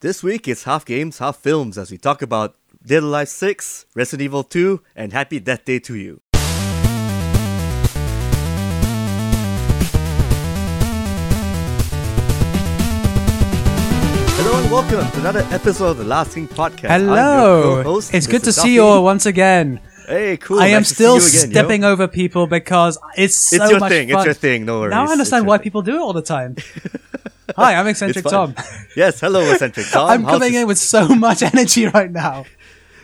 This week it's half games, half films as we talk about Dead Alive 6, Resident Evil 2, and Happy Death Day to you. Hello and welcome to another episode of the Last Thing Podcast. I'm your Hello. co-host, It's good Mr. to see you Duffy. all once again. Hey, cool. I am nice to see still you again, yo. stepping over people because it's so It's your much thing. fun. It's your thing. No worries. Now I understand It's why your thing. people do it all the time. Hi, I'm eccentric It's fun. Tom. Yes, hello, eccentric Tom. I'm How's coming this- in with so much energy right now.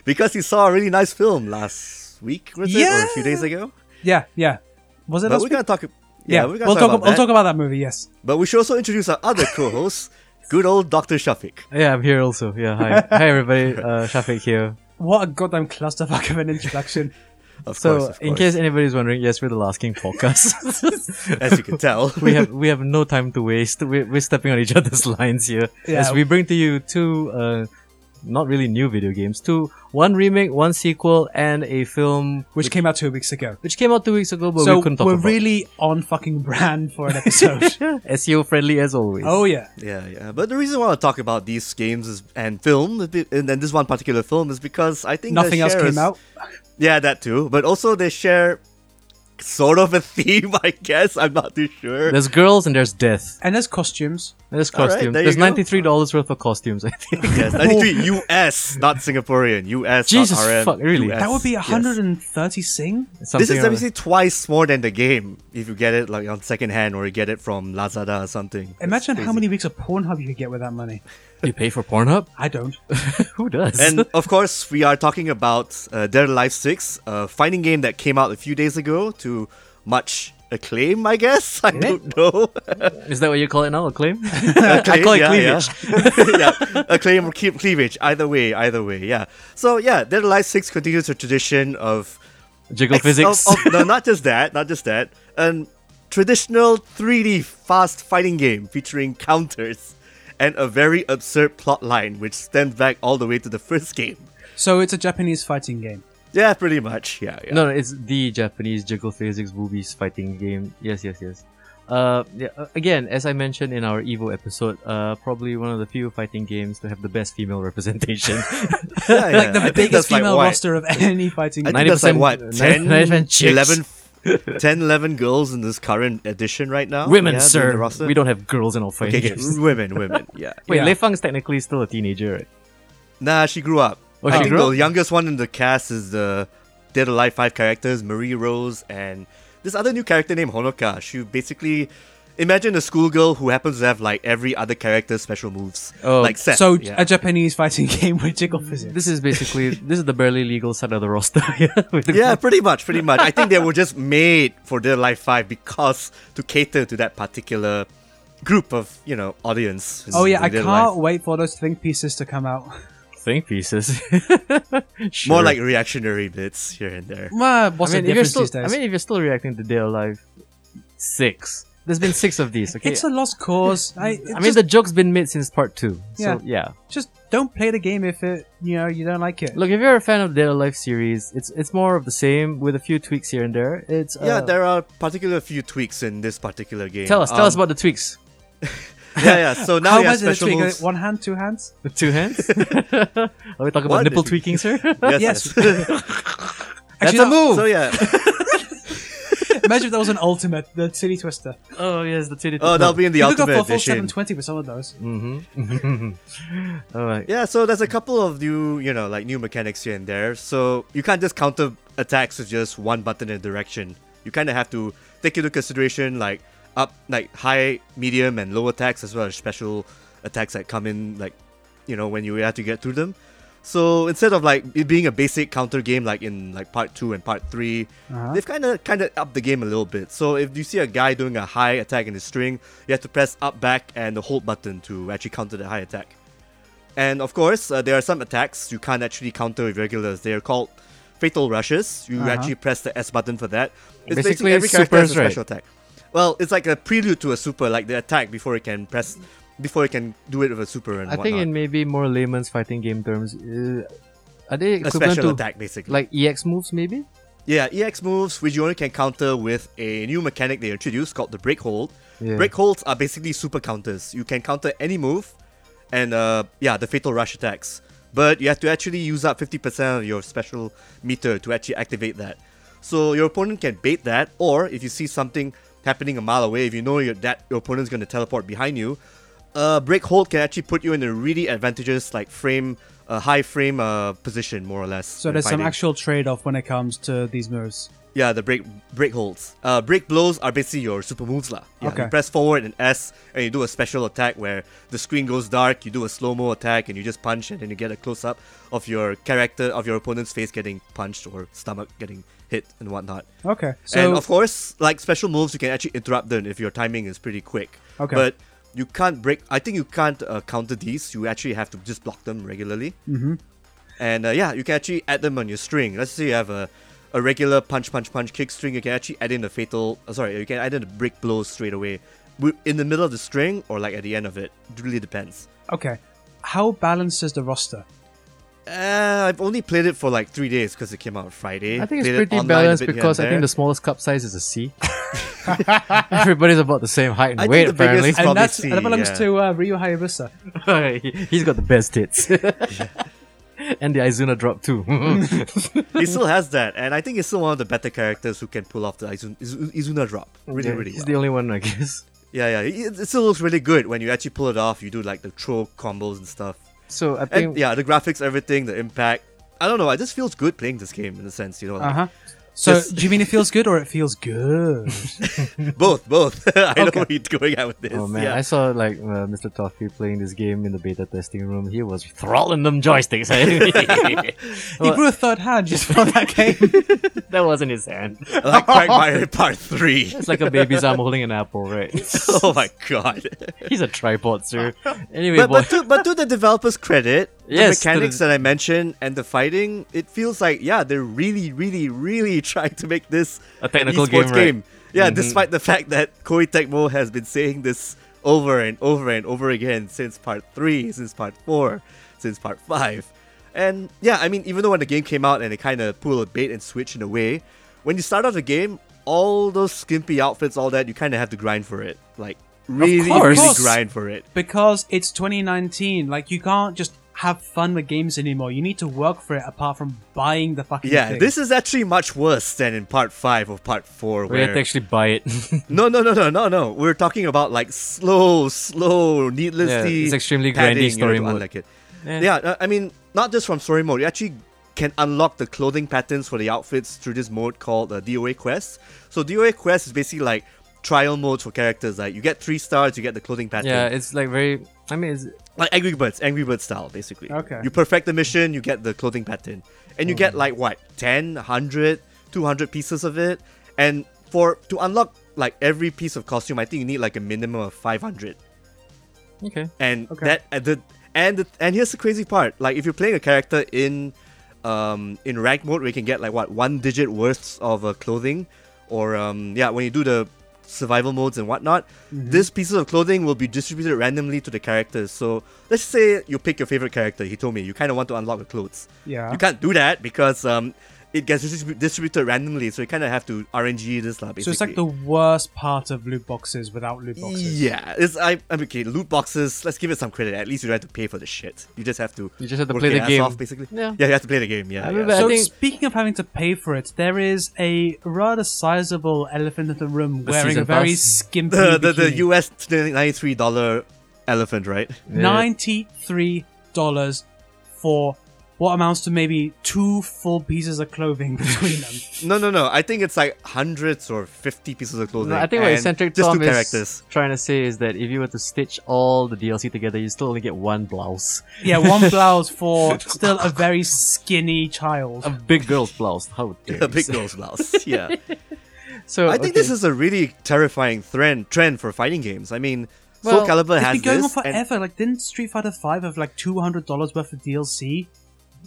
because you saw a really nice film last week, was it, or a few Yeah. days ago? Yeah, yeah. Was it? But last we're week? gonna talk. Yeah, yeah, we're gonna we'll talk, talk. about we'll that. talk about that movie. Yes. But we should also introduce our other co-host, good old Doctor Shafiq. Yeah, I'm here also. Yeah, hi. hi everybody, uh, Shafiq here. What a goddamn clusterfuck of an introduction. Of So, course, of in course. case anybody's wondering, yes, we're the Last King podcast. as you can tell, we have we have no time to waste. We're, we're stepping on each other's lines here Yeah. as we bring to you two, uh, not really new video games, two, one remake, one sequel, and a film Which came out two weeks ago. which came out two weeks ago, but so we couldn't talk are about. really on fucking brand for an episode. SEO friendly as always. oh yeah. yeah, yeah. But the reason why I want to talk about these games is, and film, and then this one particular film is because I think they Nothing else share came a- out. Yeah, that too. But also they share sort of a theme, I guess. I'm not too sure. There's girls and there's death. And there's costumes. There's All right, costumes. there you there's go. ninety three dollars worth of costumes. I think. yes, 93 US, not Singaporean. US, Jesus not RM. fuck, really? US, That would be yes. 130 sing. This Something is or other. obviously twice more than the game if you get it like on second hand or you get it from Lazada or something. It's Imagine how crazy. many weeks of Pornhub you could get with that money. you pay for Pornhub. I don't. Who does? and of course, we are talking about uh, Dead Alive 6, a fighting game that came out a few days ago to much acclaim, I guess. I don't know. Is that what you call it now? A claim? Acclaim, I call it yeah, cleavage. Yeah. yeah, acclaim or cle- cleavage. Either way, either way, yeah. So, yeah, Dead Alive 6 continues the tradition of. Jiggle ex- physics. of- of- no, not just that, not just that. An traditional 3D fast fighting game featuring counters and a very absurd plot line which stems back all the way to the first game. So it's a Japanese fighting game. Yeah, pretty much. Yeah, yeah. no, no, it's the Japanese jiggle physics boobies fighting game. Yes, yes, yes. Uh, yeah, uh, again, as I mentioned in our Evo episode, uh, probably one of the few fighting games to have the best female representation. Yeah, yeah. I The think biggest that's like female why- roster of any fighting I game. think that's like what 10, 90% 90% chicks. 11, 10, 11 girls in this current edition right now. Oh, Women, Yeah, doing the sir. roster. We don't have girls in our fighting Okay, okay, games. women, women. Yeah. Wait, Yeah. Lei Fang's technically still a teenager, right? Nah, she grew up. Oh, I she think grew the up? youngest one in the cast is the Dead Alive five characters, Marie Rose, and this other new character named Honoka. She basically imagine a schoolgirl who happens to have like every other character's special moves. Oh, like Seth. So yeah. a Japanese fighting game with jiggle physics. This is basically this is the barely legal side of the roster. yeah, with the- Yeah, pretty much, pretty much. I think they were just made for Dead Alive 5 because to cater to that particular group of, you know, audience. Oh yeah, I Dead can't Alive. wait for those think pieces to come out. think pieces. More Sure. like reactionary bits here and there. Well, what's I mean, the if you're difference still, these days? I mean, if you're still reacting to Dead Alive six, there's been six of these. Okay, it's a lost cause. I, it I mean, just, the joke's been made since part two. Yeah. So yeah, just don't play the game if it you know you don't like it. look, if you're a fan of Dead Alive series, it's it's more of the same with a few tweaks here and there. It's uh, yeah, there are particular few tweaks in this particular game. Tell us, tell Um, us about the tweaks. Yeah, yeah. So now How you have much is it special tweak? moves. One hand, two hands? With two hands. Are we talking What? about nipple tweaking, sir? Yes, Yes. yes. That's Actually, a no, move. so yeah. Imagine if that was an ultimate, the city twister. oh yes, the titty. Oh, that'll be in the you could go ultimate for a full edition. Mm, 720 with some of those. Mm-hmm. All right. Yeah, so there's a couple of new, you know, like new mechanics here and there. So you can't just counter attacks with just one button in a direction. You kind of have to take into consideration like up, like high, medium, and low attacks as well as special attacks that come in, like you know, when you have to get through them. So instead of like it being a basic counter game like in like part two and part 3 Uh-huh. they've kind of kind of upped the game a little bit. So if you see a guy doing a high attack in his string, you have to press up, back, and the hold button to actually counter the high attack. And of course, uh, there are some attacks you can't actually counter with regulars. They are called fatal rushes. You Uh-huh. actually press the S button for that. It's Basically, every it's character has a supers, right? special attack. Well, it's like a prelude to a super, like the attack before it can press, before it can do it with a super and I whatnot. think in maybe more layman's fighting game terms, uh, are they a equivalent special to attack, basically. like EX moves maybe? yeah, EX moves, which you only can counter with a new mechanic they introduced called the break hold. Yeah. Break holds are basically super counters. You can counter any move, and uh, yeah, the fatal rush attacks. But you have to actually use up 50% of your special meter to actually activate that. So your opponent can bait that, or if you see something happening a mile away, if you know your, that your opponent's going to teleport behind you, uh, break hold can actually put you in a really advantageous like frame, uh, high frame uh, position more or less. So in there's some fighting. actual trade-off when it comes to these moves. Yeah, the break break holds. Uh, break blows are basically your super moves lah. Yeah, Okay. You press forward and S, and you do a special attack where the screen goes dark. You do a slow mo attack, and you just punch, and then you get a close up of your character of your opponent's face getting punched or stomach getting hit and whatnot. Okay. and So of course, like special moves, you can actually interrupt them if your timing is pretty quick. Okay. But you can't break. I think you can't uh, counter these. You actually have to just block them regularly. Mm-hmm. And uh, yeah, you can actually add them on your string. Let's say you have a, a regular punch, punch, punch, kick string. You can actually add in a fatal. Uh, sorry, you can add in a break blow straight away, wi- in the middle of the string or like at the end of it. It really depends. okay, how balanced is the roster? Uh, I've only played it for like three days because it came out Friday. I think it's Played it pretty online a balanced bit here and because I there. think the smallest cup size is a C. Everybody's about the same height and I think weight, the biggest- apparently. Probably and that's C, that belongs yeah. to uh, Ryu Hayabusa. He- He's got the best tits. and the Izuna drop too. he still has that, and I think he's still one of the better characters who can pull off the Izun- Izu- Izuna drop really, really He's well. the only one, I guess. yeah, yeah, it, it still looks really good when you actually pull it off. You do like the throw combos and stuff, So I think and yeah, the graphics, everything, the impact. I don't know. It just feels good playing this game in a sense, you know. Uh Like, Uh-huh. huh. So Yes. do you mean it feels good or it feels good? Both, both. I know Okay. where you're going at with this. Uh-huh. Oh man, yeah. I saw like uh, Mr. Toffee playing this game in the beta testing room. He was throttling them joysticks. he grew a third hand just for that game. that wasn't his hand. I like Quagmire Part Three. It's like a baby's arm holding an apple, right? oh my god. He's a tripod, sir. Anyway, But, boy. but, to, but to the developers' credit, Yes, to the mechanics the- that I mentioned and the fighting, it feels like yeah, they're really, really, really trying to make this A an technical esports game, right? Mm-hmm. Yeah, despite the fact that Koei Tecmo has been saying this over and over and over again since part three, since part four, since part five, and yeah, I mean, even though when the game came out and they kind of pull a bait and switch in a way, when you start out the game, all those skimpy outfits, all that, you kind of have to grind for it, like really, course. really grind for it. because it's 2019. Like you can't just have fun with games anymore. You need to work for it apart from buying the fucking Yeah, thing. this is actually much worse than in part five or part four. we Where had to actually buy it. no, no, no, no, no, no. We're talking about like slow, slow, needlessly. Yeah, it's extremely padding, grindy you know, story to mode. unlock it. Yeah. Yeah. uh, I mean, not just from story mode. You actually can unlock the clothing patterns for the outfits through this mode called uh, DOA Quest. So DOA Quest is basically like trial modes for characters. Like you get three stars, you get the clothing pattern. yeah, it's like very. I mean, it's, like Angry Birds, Angry Bird style, basically. Okay. You perfect the mission, you get the clothing pattern. And you get like what, 10, 100, 200 pieces of it. And for to unlock like every piece of costume, I think you need like a minimum of 500. okay. And Okay. that and the and the, and here's the crazy part. Like if you're playing a character in um in rank mode where you can get like what one digit worths of uh, clothing or um yeah, when you do the survival modes and whatnot, Mm-hmm. these pieces of clothing will be distributed randomly to the characters. So let's say you pick your favorite character, Hitomi, you kinda want to unlock the clothes. Yeah. You can't do that because um it gets distribu- distributed randomly, so you kind of have to RNG this lah. Basically. so it's like the worst part of loot boxes without loot boxes. Yeah, it's I, I mean, okay. Loot boxes. Let's give it some credit. At least you don't have to pay for the shit. You just have to. You just have to work play your the ass game. Off, basically. Yeah. Yeah, you have to play the game. Yeah. yeah. I remember I So think- speaking of having to pay for it, there is a rather sizable elephant in the room The wearing a season very pass. skimpy the, the the bikini. US ninety three dollar elephant, right? ninety-three dollars for what amounts to maybe two full pieces of clothing between them. No, no, no. I think it's like hundreds or fifty pieces of clothing. No, I think what and eccentric just Tom two characters. is trying to say is that if you were to stitch all the DLC together, you still only get one blouse, Yeah, one blouse for still a very skinny child. a big girl's blouse. How dare A you big say. nose blouse. Yeah. So I think this is a really terrifying trend trend for fighting games. I mean, Well, Soul Calibur It's has been going on this. and- forever. Like, didn't Street Fighter Five have like two hundred dollars worth of DLC?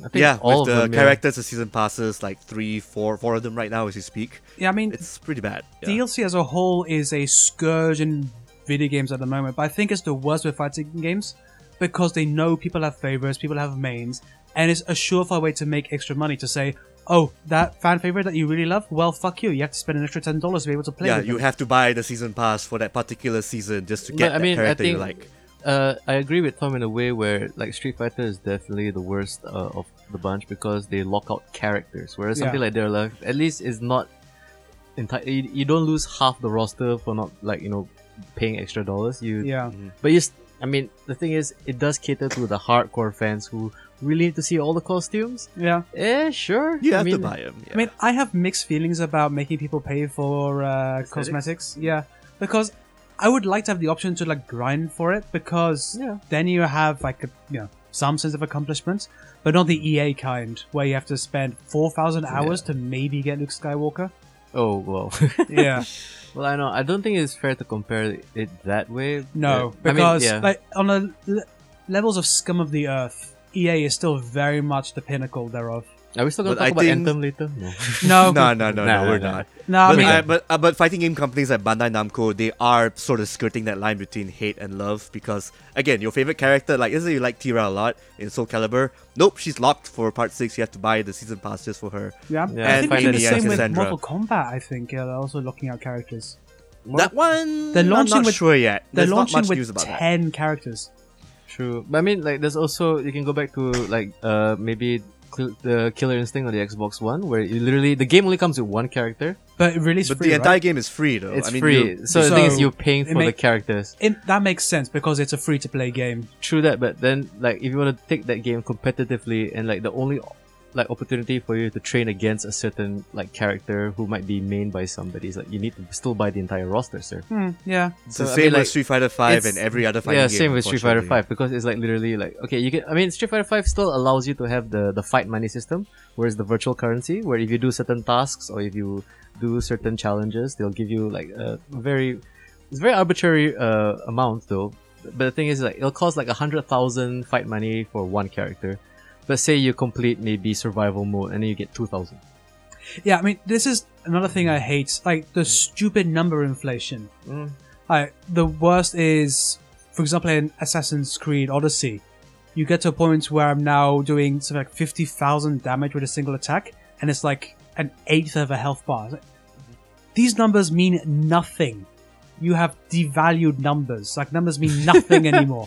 I think yeah, all with the of them, yeah. characters, the season passes, like three, four, four of them right now as you speak. Yeah, I mean, It's pretty bad. Yeah. DLC as a whole is a scourge in video games at the moment, but I think it's the worst with fighting games because they know people have favorites, people have mains, and it's a surefire way to make extra money to say, oh, that fan favorite that you really love, well, fuck you, you have to spend an extra ten dollars to be able to play. yeah, with you them." have to buy the season pass for that particular season just to get But, I that mean, I character you think like. uh, I agree with Tom in a way where like Street Fighter is definitely the worst uh, of the bunch because they lock out characters, whereas Yeah. something like Dead or Alive at least is not entirely. You, you don't lose half the roster for not like you know paying extra dollars. You Yeah. Mm-hmm. but yes, I mean the thing is it does cater to the hardcore fans who really need to see all the costumes. Yeah. Eh, sure. You I have to mean, buy them. Yeah. I mean, I have mixed feelings about making people pay for uh, Aesthetics? cosmetics. Yeah, because I would like to have the option to like grind for it because Yeah. then you have like a, you know some sense of accomplishment, but not the EA kind where you have to spend four thousand hours to maybe get Luke Skywalker. Oh well. Yeah, well, I know. I don't think it's fair to compare it that way. no, but- I mean, because yeah. like on the le- levels of scum of the earth, EA is still very much the pinnacle thereof. Are we still gonna But talk I about think- Anthem later? No. No, no, no, no, Nah, no, we're nah, nah. not. no, I but, mean, I- but uh, but fighting game companies like Bandai Namco, they are sort of skirting that line between hate and love because again, your favorite character, like let's say you like Tira a lot in Soul Calibur, nope, she's locked for part six. You have to buy the season pass just for her. yeah, Yeah, I think I we find should do the that- same with Cassandra. Mortal Kombat. I think yeah, they're also locking out characters. That one, They're I'm launching not with- sure yet. They're There's launching not much with news about that. ten characters. True, but I mean, like, there's also you can go back to like uh maybe cl- the Killer Instinct on the Xbox One, where you literally the game only comes with one character. But it really, is But free, the entire right? game is free though. It's I mean, free, you- so, the thing is So, you're paying it for the make- characters. It- that makes sense because it's a free-to-play game. True that, but then like if you want to take that game competitively and like the only like opportunity for you to train against a certain like character who might be mained by somebody is like you need to still buy the entire roster, sir. Hmm, yeah, it's So, the I same mean, like, with Street Fighter Five it's- and every other fighting Yeah, game. same with Street Fighter unfortunately. Five because it's like literally like okay, you can. I mean, Street Fighter Five still allows you to have the the fight money system, whereas the virtual currency, where if you do certain tasks or if you do certain challenges, they'll give you like a very it's very arbitrary uh, amount though. But the thing is, like it'll cost like a hundred thousand fight money for one character. But say you complete maybe survival mode and then you get two thousand. yeah. I mean, this is another thing I hate, like the stupid number inflation. Like the worst is, for example, in Assassin's Creed Odyssey, you get to a point where I'm now doing something like fifty thousand damage with a single attack, and it's like an eighth of a health bar. It's like, These numbers mean nothing. You have devalued numbers. Like numbers mean nothing anymore.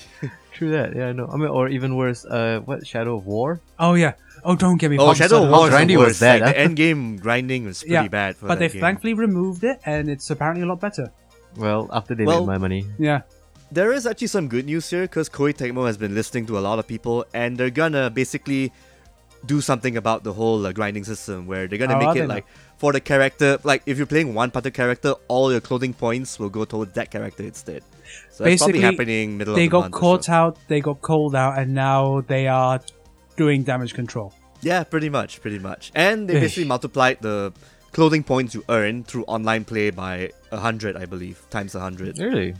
True that, yeah, I know. I mean, or even worse, uh, what Shadow of War? Oh yeah. Oh, don't get me. Oh, wrong, Shadow son. War is grindy the was worst. that, Like, the huh? end game grinding was pretty Yeah, bad. For But that they've game. thankfully removed it, and it's apparently a lot better. Well, after they Well, made my money. Yeah. There is actually some good news here because Koei Tecmo has been listening to a lot of people and they're gonna basically do something about the whole uh, grinding system where they're gonna Oh, are make they it like for the character, like if you're playing one particular character, all your clothing points will go towards that character instead. So that's Basically, probably happening middle They of the got month. or caught so. out. They got called out, and now they are doing damage control. Yeah, pretty much, pretty much. And they Eesh. basically multiplied the clothing points you earn through online play by hundred, I believe, times hundred. Really?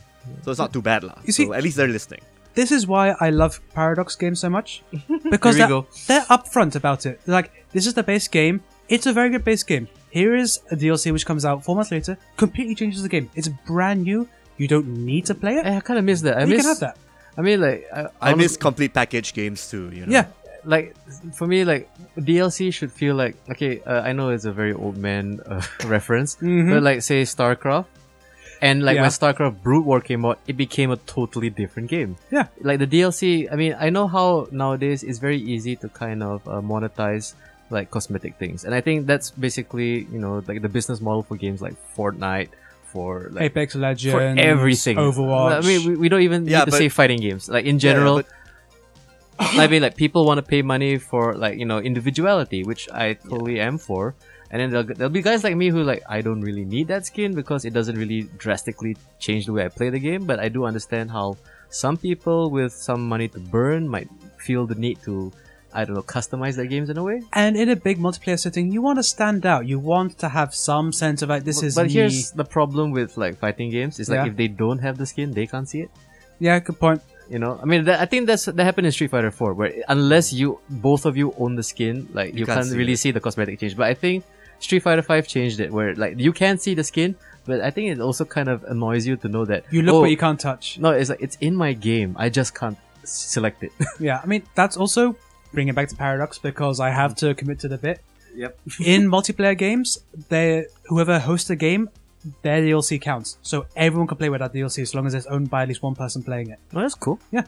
So it's not too bad, lah. You see- so at least they're listening. This is why I love Paradox games so much because Here they're, we go. they're upfront about it. They're like, this is the base game. It's a very good base game. Here is a DLC which comes out four months later, completely changes the game. It's brand new. You don't need to play it. Eh, I kind of miss that. I you miss can have that. I mean, like I, I miss honest- complete package games too. You know. Yeah. like for me, like DLC should feel like okay. Uh, I know it's a very old man uh, reference, Mhm. but like say StarCraft, and like Yeah. when StarCraft Brood War came out, it became a totally different game. Yeah. like the DLC. I mean, I know how nowadays it's very easy to kind of uh, monetize like cosmetic things, and I think that's basically you know like the business model for games like Fortnite. For like Apex Legends, for everything. Overwatch. I mean, we, we don't even Yeah, need to but- say fighting games. Like in Yeah, general, but- I mean, like people want to pay money for like you know individuality, which I totally am for. And then there'll, there'll be guys like me who like I don't really need that skin because it doesn't really drastically change the way I play the game. But I do understand how some people with some money to burn might feel the need to I don't know customize their games in a way. And in a big multiplayer setting, you want to stand out. You want to have some sense of like this but, is but me. here's the problem with like fighting games: is like Yeah. if they don't have the skin, they can't see it. yeah, good point. You know, I mean, that, I think that's that happened in Street Fighter 4, where unless you both of you own the skin, like you, can't, can't see really it. see the cosmetic change. But I think Street Fighter 5 changed it, where like you can see the skin, but I think it also kind of annoys you to know that You look oh, what you can't touch. No, it's like it's in my game. I just can't s- select it. Yeah, I mean that's also bringing back to Paradox because I Mm. have to commit to the bit. Yep. in multiplayer games, they whoever hosts a game their DLC counts, so everyone can play with that DLC as long as it's owned by at least one person playing it. Oh, that's cool. Yeah,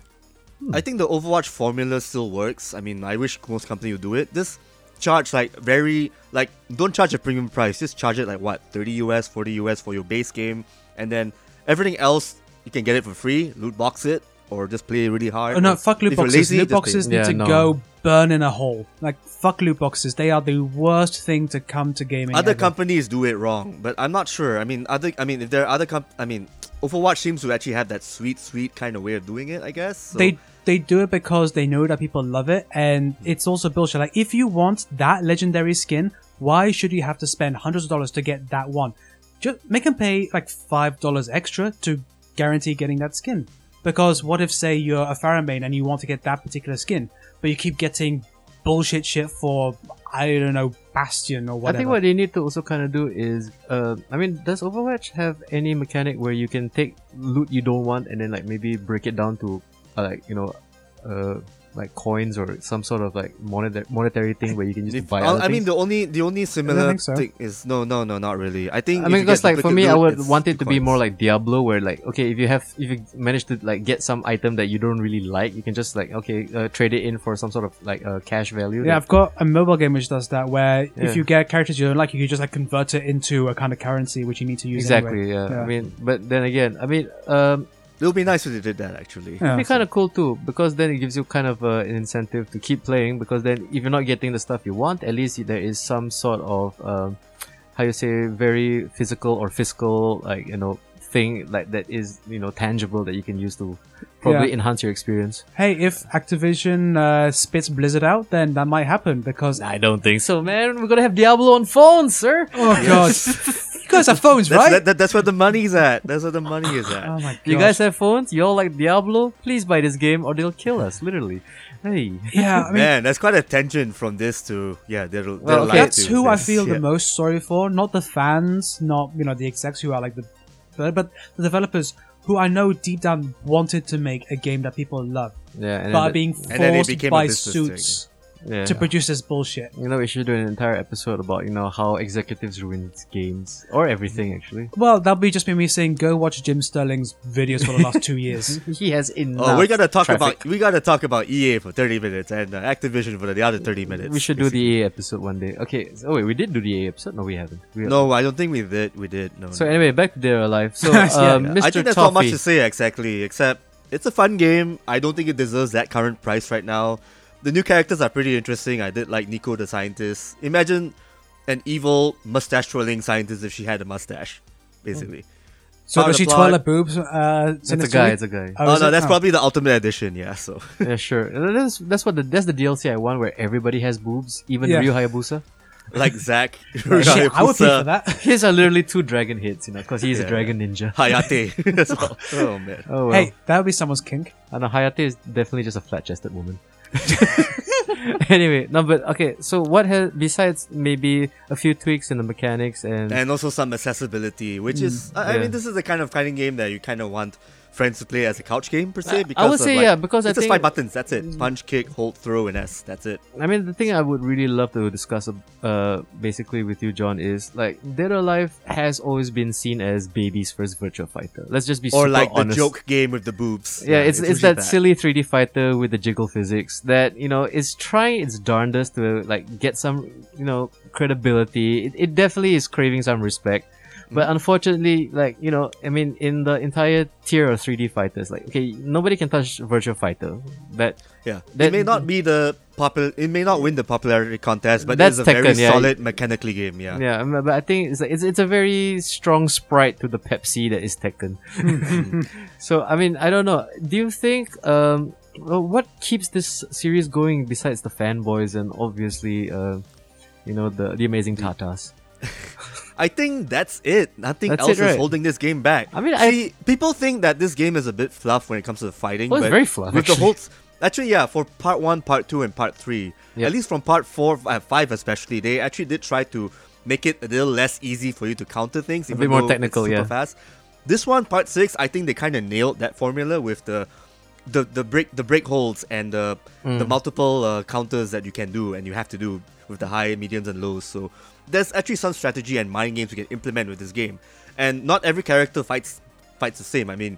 I think the Overwatch formula still works. I mean, I wish most company would do it. This charge like very like don't charge a premium price. Just charge it like what thirty US, forty US for your base game, and then everything else you can get it for free. Loot box it or just play really hard. Oh, no, Or fuck loot if you're boxes. lazy, just loot play it. boxes need Yeah, to no. go burn in a hole. Like fuck loot boxes. They are the worst thing to come to gaming. Other ever. companies do it wrong, but I'm not sure. I mean, other. I mean, if there are other comp, I mean, Overwatch seems to actually have that sweet, sweet kind of way of doing it. I guess so, they they do it because they know that people love it, Mm. and it's also bullshit. Like if you want that legendary skin, why should you have to spend hundreds of dollars to get that one? Just make them pay like five dollars extra to guarantee getting that skin. Because what if say you're a Faramane and you want to get that particular skin, but you keep getting bullshit shit for I don't know Bastion or whatever. I think what they need to also kind of do is, uh, I mean, does Overwatch have any mechanic where you can take loot you don't want and then like maybe break it down to, uh, like you know, uh, like coins or some sort of like monet- monetary thing where you can just If- buy. I- other I mean, things? the only the only similar think so. thing is no, no, no, not really. I think I if mean, you get because like for duplicate me, I loot, would it's want it to two be more coins. like Diablo, where like okay, if you have if you manage to like get some item that you don't really like, you can just like okay, uh, trade it in for some sort of like uh, cash value. Yeah, I've got a mobile game which does that, where Yeah. if you get characters you don't like, you can just like convert it into a kind of currency which you need to use. exactly. anyway. Yeah. Yeah. I mean, but then again, I mean, um, It would be nice if they did that actually. Yeah. it'd be kind of cool too because then it gives you kind of uh, an incentive to keep playing. Because then, if you're not getting the stuff you want, at least there is some sort of um, how you say very physical or fiscal like you know thing like that is you know tangible that you can use to probably Yeah. enhance your experience. Hey, if Activision uh, spits Blizzard out, then that might happen because I don't think so, man. We're gonna have Diablo on phones, sir. oh god, you guys have phones, That's, right? that, that, that's where the money's at. That's where the money is at. oh my god, You guys have phones? You all like Diablo? Please buy this game or they'll kill us, literally. Hey. yeah, I mean. Man, that's quite a tension from this to yeah. They're, they're Well, okay. lied That's to who I this, feel yeah. the most sorry for. Not the fans, not you know the execs who are like the, but, but the developers who I know deep down wanted to make a game that people love, Yeah, and but are then being and then it forced became a by business thing. suits the- yeah. to produce this bullshit. you know, we should do an entire episode about, you know, how executives ruin games. Or everything, actually. Well, that'll be just be me saying go watch Jim Sterling's videos for the last two years. He has enough. Oh, we gotta talk traffic. about we gotta talk about EA for thirty minutes and uh, Activision for the other thirty minutes. We should do the EA episode one day. Okay, so, oh, wait, we did do the EA episode? No, we haven't. We- No, I don't think we did. We did. No. So no. anyway, back to Dead or Alive. So, Yeah, uh, Yeah, Mr. I think that's Toffee. not much to say exactly, except it's a fun game. I don't think it deserves that current price right now. The new characters are pretty interesting. I did like Nico the scientist. Imagine an evil mustache twirling scientist if she had a mustache, basically. so Part of does the she twirl plot- her boobs? Uh, It's a guy, it's a guy. Oh, no, that's probably the ultimate edition. Yeah, so yeah, sure. That's, that's what the, that's the DLC I want where everybody has boobs, even Yeah. Ryu Hayabusa. like Zack, Shit, I would pay for Hayabusa, that. His are literally two dragon hits, you know, because he's a Yeah. dragon ninja. Hayate as well. Oh man. Oh well. Hey, that would be someone's kink. I know Hayate is definitely just a flat-chested woman. anyway, no, but okay. So what has besides maybe a few tweaks in the mechanics and, and also some accessibility, which is I, I Mm, yeah. mean, this is the kind of fighting game that you kind of want friends to play as a couch game per se. Because I would of, say like, yeah, because it's just I think Mm. five buttons. That's it. Punch, kick, hold, throw, and S. That's it. I mean, the thing I would really love to discuss, uh, basically with you, John, is like Dead or Alive has always been seen as baby's first virtual fighter. Let's just be Or super like the honest. joke game with the boobs. Yeah, it's, it's, usually that, silly 3D fighter with the jiggle physics that, you know, is trying its darndest to, like, get some, you know, credibility. It, it definitely is craving some respect. But unfortunately, like, you know, I mean, in the entire tier of 3D fighters, like, okay, nobody can touch Virtual Fighter. That, Yeah, that- it may not be the popular. It may not win the popularity contest, but That's it's a very Tekken, yeah. solid mechanically game. Yeah. yeah, I mean, but I think it's, like, it's, it's a very strong sprite to the Pepsi that is Tekken. so, I mean, I don't know. Do you think, um, well, what keeps this series going besides the fanboys and obviously, uh, you know, the, the amazing Tatas? I think that's it. Nothing That's else it, right? is holding this game back. I mean, I- see, people think that this game is a bit fluff when it comes to the fighting. Well, it's but very fluff, With the actually. whole, actually, yeah, for part one, part two, and part three, Yeah. at least from part four, uh, five especially, they actually did try to make it a little less easy for you to counter things. A bit more technical, super yeah. Fast. This one, part six, I think they kind of nailed that formula with the the the break the break holds and the Mm. the multiple uh, counters that you can do and you have to do with the high, mediums, and lows. So there's actually some strategy and mind games we can implement with this game. And not every character fights fights the same. I mean,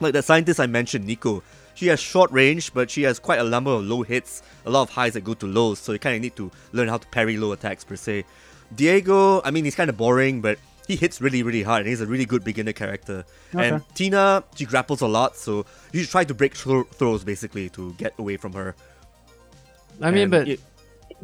like the scientist I mentioned, Nico, she has short range, but she has quite a number of low hits, a lot of highs that go to lows, so you kind of need to learn how to parry low attacks per se. Diego, I mean, he's kind of boring, but he hits really, really hard, and he's a really good beginner character. And Tina, she grapples a lot, so you should try to break thro- throws basically to get away from her. I mean, And but it-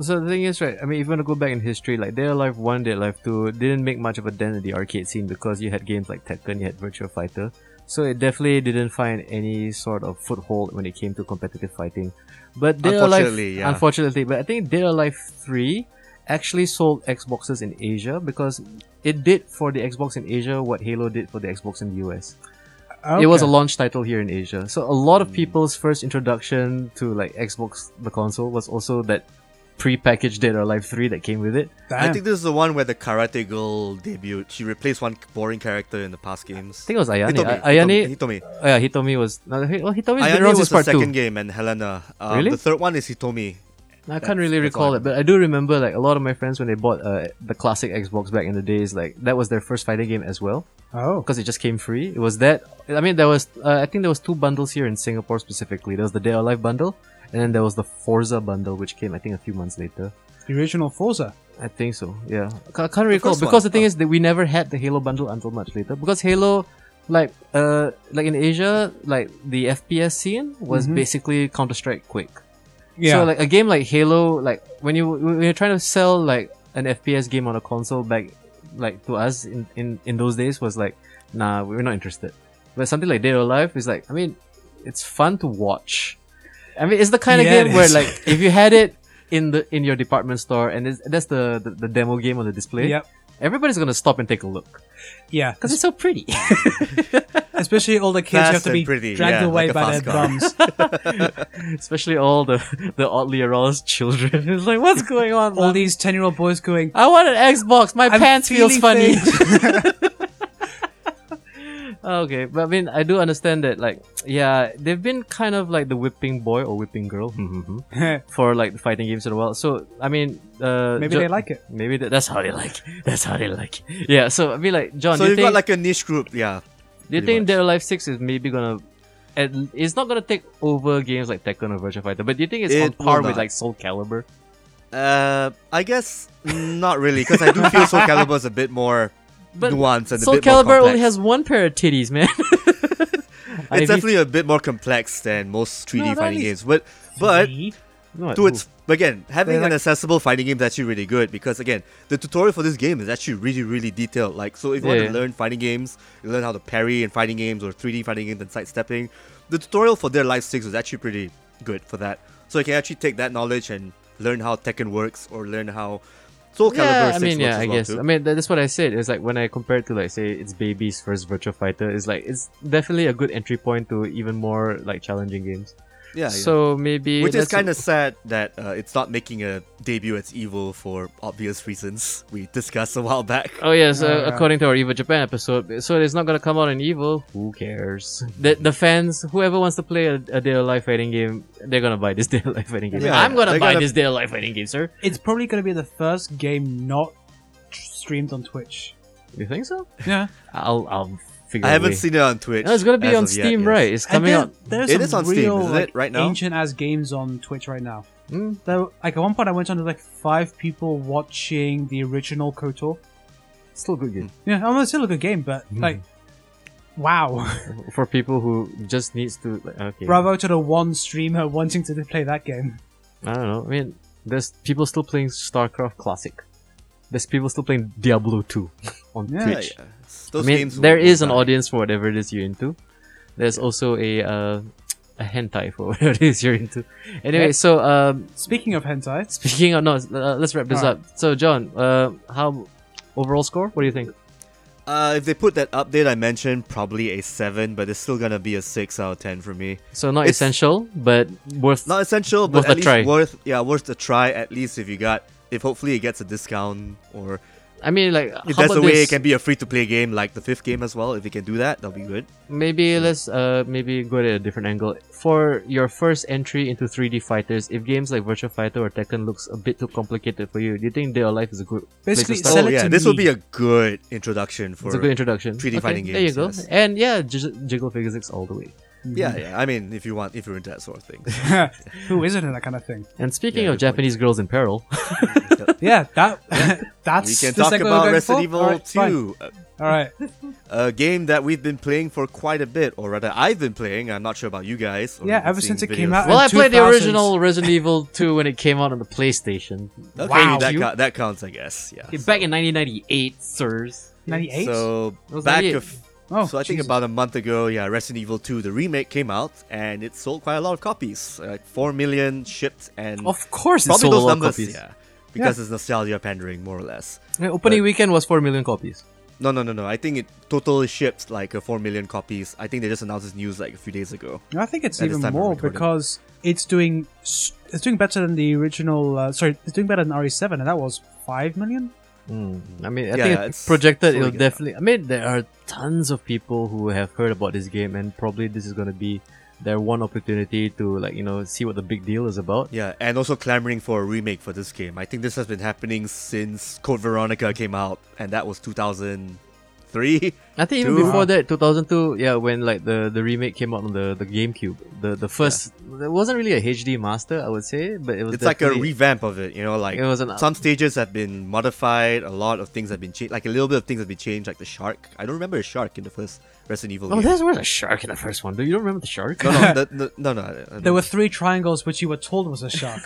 so the thing is, right? I mean, if you want to go back in history, like Dead or Alive One, Dead or Alive Two didn't make much of a dent in the arcade scene because you had games like Tekken, you had Virtua Fighter, so it definitely didn't find any sort of foothold when it came to competitive fighting. But Dead or Alive, Unfortunately, yeah. unfortunately, but I think Dead or Alive Three actually sold Xboxes in Asia because it did for the Xbox in Asia what Halo did for the Xbox in the US. It was a launch title here in Asia. So a lot Hmm. of people's first introduction to like Xbox the console was also that pre-packaged Dead or Alive 3 that came with it. I think this is the one where the Karate Girl debuted. She replaced one boring character in the past games. I think it was Ayane. Hitomi. Ay- Hitomi. Ayane, Hitomi. oh yeah, Hitomi was. No, Hi- well, Hitomi's been Ayane around was since the part second 2. game, and Helena. Um, Really? The third one is Hitomi. I can't That's- really that's recall all I it, but I do remember like a lot of my friends when they bought uh, the classic Xbox back in the days, like that was their first fighting game as well. Oh, because it just came free. It was that. I mean, there was. Uh, I think there was two bundles here in Singapore specifically. There was the Day Alive bundle, and then there was the Forza bundle, which came I think a few months later. the original Forza. I think so. Yeah, I ca- can't recall first one. Oh. because the thing is that we never had the Halo bundle until much later because Halo. Like uh, like in Asia, like the FPS scene was Mm-hmm. Mhm. basically Counter Strike Quick. Yeah. So like a game like Halo, like when you when you're trying to sell like an FPS game on a console back like to us in, in, in those days was like, nah, we're not interested. But something like Dead or Alive is like, I mean, it's fun to watch. I mean, it's the kind Yeah, of game it where is. like if you had it in the in your department store and it's, that's the, the the demo game on the display, Yep. everybody's gonna stop and take a look Yeah. because it's so pretty. Especially all the Fast kids who have to and be pretty, dragged yeah, away like a by their fast car. bums. Especially all the the oddly aroused children. It's like, what's going on? all Mom? these ten-year-old boys going. I want an Xbox. My "I'm pants feels funny. feeling things." okay, but I mean, I do understand that. Like, yeah, they've been kind of like the whipping boy or whipping girl hmm, for like the fighting games in the world. So I mean, uh, Maybe Jo- they like it. Maybe that, that's how they like. It. That's how they like. It. Yeah. So I mean, like John, So do you you've think got like a niche group, yeah. do you pretty think much. Dead or Alive Six is maybe gonna? At, it's not gonna take over games like Tekken or Virtua Fighter, but do you think it's on It will par with not. like Soul Calibur? Uh, I guess not really, because I do feel Soul Calibur is a bit more But nuanced and Soul a bit more Calibur complex. only has one pair of titties, man. It's definitely a bit more complex than most 3D No, that fighting games, is- but but to it's its again having They're an like- accessible fighting game is actually really good because again the tutorial for this game is actually really really detailed like so if you Yeah. want to learn fighting games you learn how to parry in fighting games or 3d fighting games and sidestepping the tutorial for their life 6 was actually pretty good for that so you can actually take that knowledge and learn how tekken works or learn how soul calibur 6 I mean, works yeah, as I well guess. too. I mean, that- that's what I said. It's like when I compare it to like say it's Baby's first Virtual Fighter. It's like it's definitely a good entry point to even more like challenging games. yeah, yeah. so maybe which is that's- kind of sad that uh, it's not making a debut as evil for obvious reasons we discussed a while back Oh yes, uh, Yeah. according to our Evil Japan episode, so it's not gonna come out in Evil. Who cares? The the fans, whoever wants to play a, a Day or Life fighting game, they're gonna buy this Day or Life fighting game. Yeah, I'm gonna they're buy gonna- this Day or Life fighting game, sir. It's probably going to be the first game not streamed on Twitch. You think so? Yeah. I'll I'll figure. I out a haven't way. seen it on Twitch. No, it's gonna be as on of yet, Steam, yes. right? It's And coming there- out. There's It some is on Steam, real, isn't it, like, right now? Ancient as games on Twitch right now. Hmm? Though, like at one point, I went on to like five people watching the original KOTOR. Still a good game. Yeah, I mean, it's still a good game, but Mm. like, wow! for people who just needs to like, okay Bravo to the one streamer wanting to play that game. i don't know i mean there's people still playing starcraft classic there's people still playing diablo 2 on Yeah. twitch Uh, Yeah, yeah. S- i Those mean games there will- is an will die. audience for whatever it is you're into there's also a uh a hentai for whatever it is you're into anyway Yeah. so um Speaking of hentai, speaking of no uh, let's wrap this Alright. up so john uh how overall score what do you think Uh, if they put that update I mentioned, probably a seven, but it's still gonna be a six out of ten for me. so not It's- essential but worth Not essential, but Worth at a least try. worth yeah worth a try at least if you got if hopefully it gets a discount or I mean, like, If how that's the about way it this? can be a free to play game like the fifth game as well, if you can do that, that'll be good. maybe let's uh maybe go at a different angle for your first entry into 3d fighters if games like virtual fighter or tekken looks a bit too complicated for you do you think dead or alive is a good Basically, place to Sell oh start? it yeah, to this will me. be a good introduction for it's a good introduction 3D fighting there you games, yes. go and yeah j- jiggle physics all the way Yeah, yeah. I mean, if you want, if you're into that sort of thing. Who isn't in that kind of thing? and speaking Yeah, of good point. japanese girls in peril Yeah, that that's we can the talk second we're about going Resident for? Evil All right, fine. 2, a, All right, a game that we've been playing for quite a bit, or rather, I've been playing. I'm not sure about you guys. or Yeah, you've ever seen since it videos. came out, well i And played the 2000s. original resident evil 2 when it came out on the playstation Okay, Wow. that, cou- that counts, I guess. Yeah. Okay, back in 1998 sirs ninety-eight. So It was back 98. of oh, so I think Jesus. about a month ago, yeah, Resident Evil 2, the remake came out, and it sold quite a lot of copies, like four million shipped, and of course it probably sold a those lot of numbers, copies yeah, because it's nostalgia pandering, more or less. The opening But- weekend was 4 million copies No, no, no, no. I think it total shipped like uh, four million copies. I think they just announced this news like a few days ago. No, I think it's At this even time of more recording. because it's doing s- it's doing better than the original. Uh, sorry, it's doing better than RE7, and that was five million. Mm. I mean, I Yeah, think yeah, it's it's projected it'll slowly getting definitely. I mean, there are tons of people who have heard about this game, and probably this is gonna be their one opportunity to like you know see what the big deal is about. Yeah, and also clamoring for a remake for this game. I think this has been happening since Code Veronica came out, and that was 2003. I think even Two- before that, 2002, yeah, when like the the remake came out on the the GameCube, the the first it wasn't really a HD master, I would say, but it was It's like a definitely- revamp of it, you know, like It was an some stages have been modified, a lot of things have been changed, like a little bit of things have been changed, like the shark. I don't remember a shark in the first Resident Evil Oh, game. there's was a shark in the first one. Do you don't remember the shark? No, no, the, the, no, uh, no. I don't- There were three triangles, which you were told was a shark.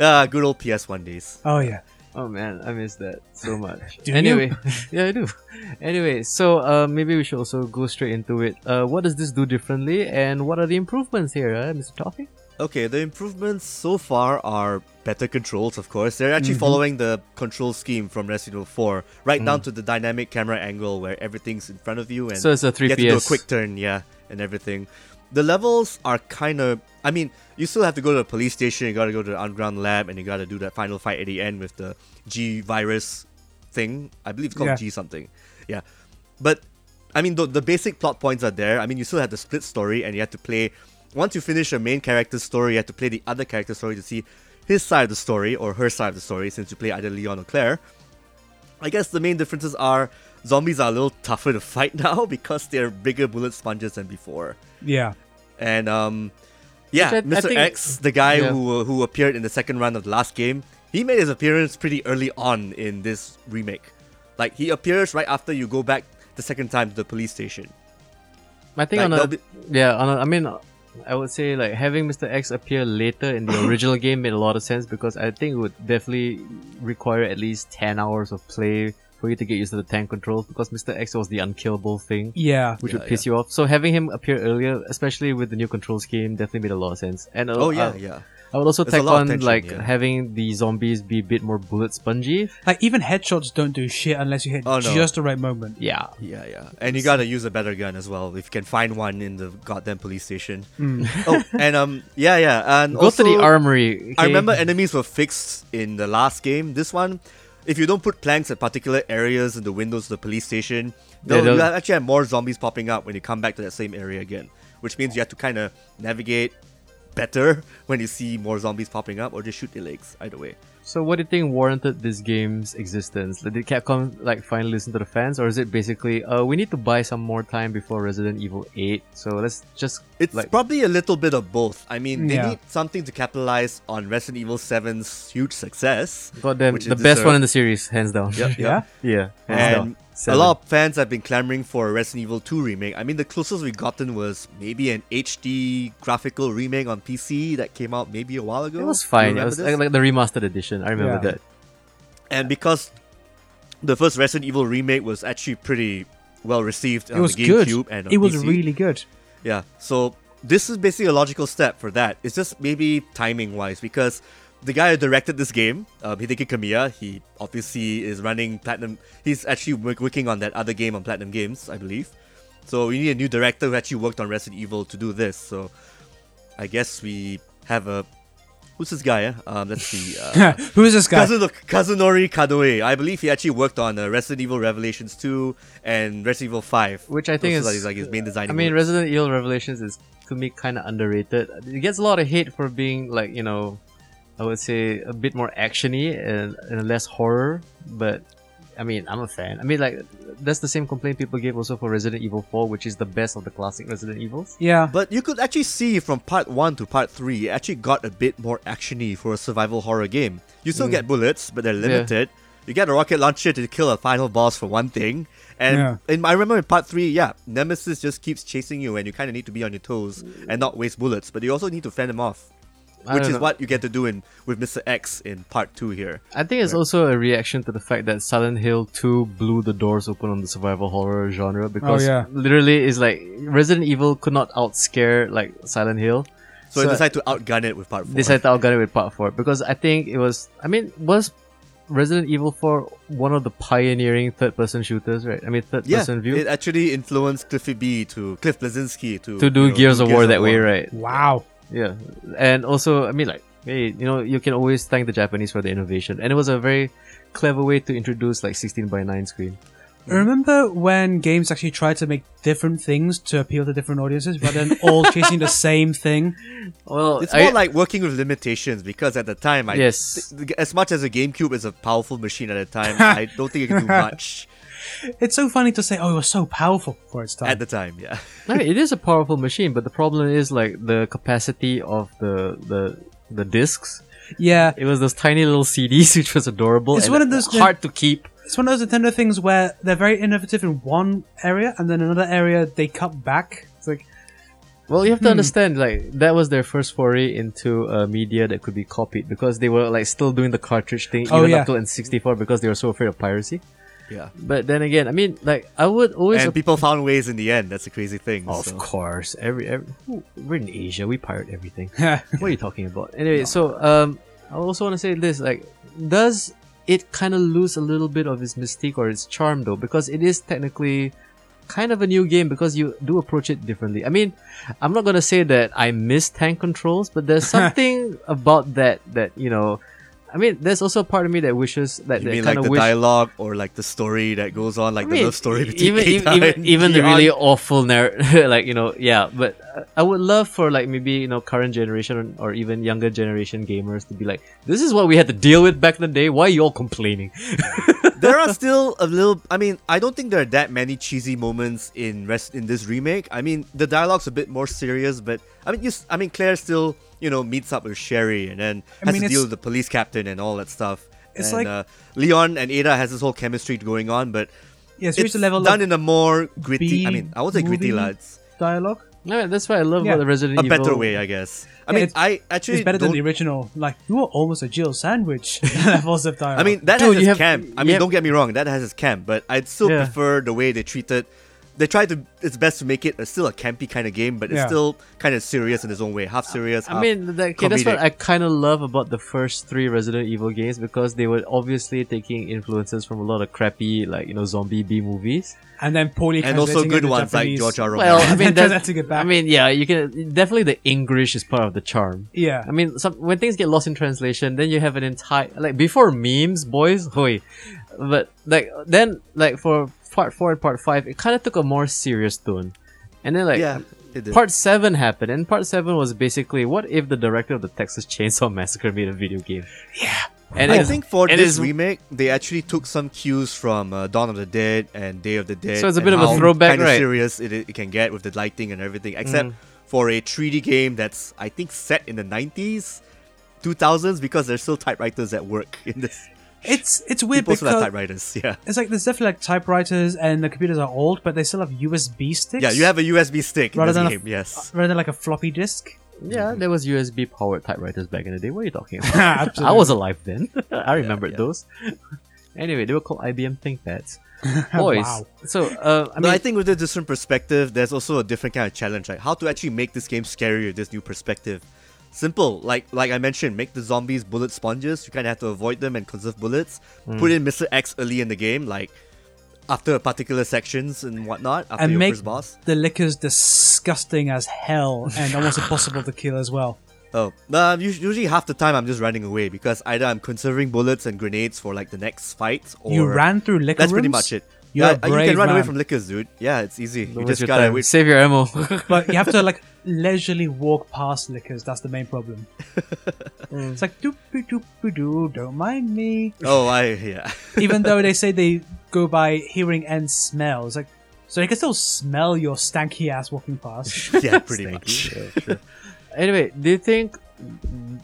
Ah, good old PS1 days. oh yeah, Oh man, I miss that so much. Do you? anyway, yeah, I do. Anyway, so uh, maybe we should also go straight into it. Uh, what does this do differently, and what are the improvements here, uh, Mr. Toffee? Okay, the improvements so far are better controls, of course. They're actually Mm-hmm. following the control scheme from Resident Evil 4, right down to the dynamic camera angle where everything's in front of you and Mm. So it's a you 3 have to do a PS. quick turn, yeah, and everything. The levels are kind of. I mean, you still have to go to the police station. You gotta go to the underground lab, and you gotta do that final fight at the end with the G virus thing. I believe it's called Yeah. G something. Yeah, but I mean, the, the basic plot points are there. I mean, you still have the split story, and you have to play. Once you finish a main character's story, you have to play the other character's story to see his side of the story or her side of the story, since you play either Leon or Claire. I guess the main differences are zombies are a little tougher to fight now because they're bigger bullet sponges than before. yeah. And um, yeah, Which I- I Mr. think- X, the guy Yeah. who who appeared in the second round of the last game, he made his appearance pretty early on in this remake. Like he appears right after you go back the second time to the police station. I think Like, on a, they'll be- yeah, on a, I mean, uh, I would say like having Mr. X appear later in the original game made a lot of sense because I think it would definitely require at least ten hours of play for you to get used to the tank controls because Mr. X was the unkillable thing. Yeah, which would Yeah, piss you off. So having him appear earlier, especially with the new control scheme, definitely made a lot of sense. And uh, Oh yeah, uh, yeah. I would also There's a tack lot of on tension, like yeah. having the zombies be a bit more bullet spongy. like even headshots don't do shit unless you hit Oh, no. just the right moment. Yeah, Yeah, yeah. And you gotta use a better gun as well if you can find one in the goddamn police station. oh, and um, yeah, yeah. And go to Hmm. the also- armory. I okay? remember enemies were fixed in the last game. This one, if you don't put planks at particular areas in the windows of the police station, they'll, they'll- you'll actually have more zombies popping up when you come back to that same area again. Which means you have to kind of navigate better when you see more zombies popping up, or just shoot their legs either way. So what do you think warranted this game's existence? Like, Did Capcom like finally listen to the fans, or is it basically uh, we need to buy some more time before Resident Evil Eight? So let's just It's like probably a little bit of both. I mean, they Yeah. need something to capitalize on Resident Evil 7's huge success. goddamn which it the best deserved. one in the series, hands down. Yep, Yeah, yep. yeah, hands And down. a Seven. lot of fans have been clamoring for a Resident Evil 2 remake. I mean, the closest we've gotten was maybe an HD graphical remake on PC that came out maybe a while ago. It was You fine. It remember was this? like, like the remastered edition. I remember Yeah. that. and because the first Resident Evil remake was actually pretty well received on it was the good. GameCube and on it was PC. really good. Yeah. So this is basically a logical step for that. It's just maybe timing wise because the guy who directed this game, um, Hideki Kamiya, he obviously is running Platinum. He's actually wo- working on that other game on Platinum Games, I believe. So we need a new director who actually worked on Resident Evil to do this. So I guess we have a who's this guy? Eh? Um, let's see. Uh, Who is this guy? Kazuno- Kazunori Kadoe. I believe he actually worked on uh, Resident Evil Revelations 2 and Resident Evil 5. Which I think Those are is- like his main design. I mean, Resident Evil Revelations is to me kind of underrated. It gets a lot of hate for being like you know, I would say a bit more actiony and, and less horror. But I mean, I'm a fan. I mean, like that's the same complaint people gave also for Resident Evil 4, which is the best of the classic Resident Evils. yeah. But you could actually see from part one to part three, it actually got a bit more actiony for a survival horror game. You Mm. still get bullets, but they're limited. You get a rocket launcher to kill a final boss for one thing, and Yeah. in, I remember in part three, yeah, Nemesis just keeps chasing you, and you kind of need to be on your toes and not waste bullets, but you also need to fend him off, I which don't is know. what you get to do in with Mister X in part two here. I think it's also a reaction to the fact that Silent Hill 2 blew the doors open on the survival horror genre because yeah. literally it's like Resident Evil could not outscare like Silent Hill. So, I So- decided to outgun it with part four. They said I'll get it with part four because I think it was. I mean, was Resident Evil four one of the pioneering third-person shooters, right? I mean, yeah, third-person view it actually influenced Cliffy B to Cliff Blazinski to to do you know, Gears of War that way, right? Wow. Yeah, and also I mean, like, hey, you know, you can always thank the Japanese for the innovation, and it was a very clever way to introduce like sixteen by nine screen. Remember when games actually tried to make different things to appeal to different audiences rather than all chasing the same thing? Well, It's I- more like working with limitations because at the time, I Yes. th- as much as a GameCube is a powerful machine at the time, I don't think it can do much It's so funny to say, oh, it was so powerful for its time. at the time. Yeah, I mean, it is a powerful machine, but the problem is like the capacity of the the the discs. yeah. It was those tiny little CDs, which was adorable. It's and one of those- hard to keep. It's one of those Nintendo things where they're very innovative in one area and then another area they cut back. It's like, Well, you have to understand, like that was their first foray into uh, media that could be copied because they were like still doing the cartridge thing Oh, even yeah. up to N64 because they were so afraid of piracy. yeah. But then again, I mean, like I would always, And people found ways in the end. That's a crazy thing. of so. course, every, every who- we're in Asia, we pirate everything. yeah. what are you talking about? Anyway, so um, I also want to say this, like, does it kind of lose a little bit of its mystique or its charm though? Because it is technically kind of a new game because you do approach it differently. I mean, I'm not gonna say that I miss tank controls, but there's something about that that you know. I mean, there's also a part of me that wishes that You that mean kind like of the wish. dialogue or like the story that goes on, like I mean, e-, the love story between even Ada even, even, and even the Dion? really awful narrative, like you know, yeah. But uh, I would love for like maybe you know current generation or even younger generation gamers to be like, this is what we had to deal with back in the day. Why are you all complaining? there are still a little. I mean, I don't think there are that many cheesy moments in rest in this remake. I mean, the dialogue's a bit more serious, but I mean, you, s- I mean, Claire still you know meets up with Sherry and then I has mean, to it's- deal with the police captain and all that stuff. It's and, like- uh, Leon and Ada has this whole chemistry going on, but Yeah, it's it's reached a level done of in a more gritty. I B mean, I won't say gritty, movie? lads. dialogue. No, that's what I love Yeah, about the Resident A Evil. better way, I guess. I Yeah, mean, it's- I actually It's better don't than the original. Like, you are almost a Jill sandwich levels of dialogue. I mean, that Dude, has you its have- camp. I you mean, have- don't get me wrong, that has its camp, but I'd still Yeah. prefer the way they treated. They tried to its best to make it a, still a campy kind of game, but it's Yeah. still kind of serious in its own way, half serious. I half mean, that, okay, that's what comedic. I kind of love about the first three Resident Evil games because they were obviously taking influences from a lot of crappy, like you know, zombie B movies. and then poorly and also translating good into ones Japanese. like George R. R. Well, Romero. I mean, Try that- not to get back. I mean, yeah, you can definitely the English is part of the charm. Yeah. I mean, some when things get lost in translation, then you have an entire like before memes, boys, hoy. But like then like for part four and part five, it kind of took a more serious tone, and then like yeah, it did. part seven happened, and part seven was basically what if the director of the Texas Chainsaw Massacre made a video game? Yeah, and I it's- think for and this it's- remake, they actually took some cues from uh, Dawn of the Dead and Day of the Dead. So it's a and bit of a how throwback, kind right? serious it, it can get with the lighting and everything, Mm. except for a 3D game that's I think set in the 90s, 2000s, because there's still typewriters at work in this. it's it's weird People still have because typewriters. Yeah. it's like there's definitely like typewriters and the computers are old, but they still have USB sticks. Yeah, you have a USB stick in Rather this than a uh, game. yes. rather than like a floppy disk. yeah, there was USB powered typewriters back in the day. What are you talking about? Absolutely. I was alive then. I remembered yeah. those. anyway, they were called IBM ThinkPads. Boys. Wow. So, uh, I but mean, I think with a different perspective, there's also a different kind of challenge, like how to actually make this game scarier with this new perspective. Simple, like like I mentioned, make the zombies bullet sponges. You kind of have to avoid them and conserve bullets. Mm. Put in Mister X early in the game, like after particular sections and whatnot, after and your make first boss. the liquors disgusting as hell and almost impossible to kill as well. Oh, nah, us- usually half the time I'm just running away because either I'm conserving bullets and grenades for like the next fight or you ran through liquor That's pretty rooms? much it. You're a yeah, you brave can run away man. from liquors, dude. Yeah, it's easy. Don't you waste just your gotta time. wait. Save your ammo. But you have to like leisurely walk past liquors. That's the main problem. It's like doop doop doop doop doo, don't mind me. Oh, I yeah. Even though they say they go by hearing and smell, it's like so they can still smell your stanky ass walking past. yeah, pretty much. anyway, do you think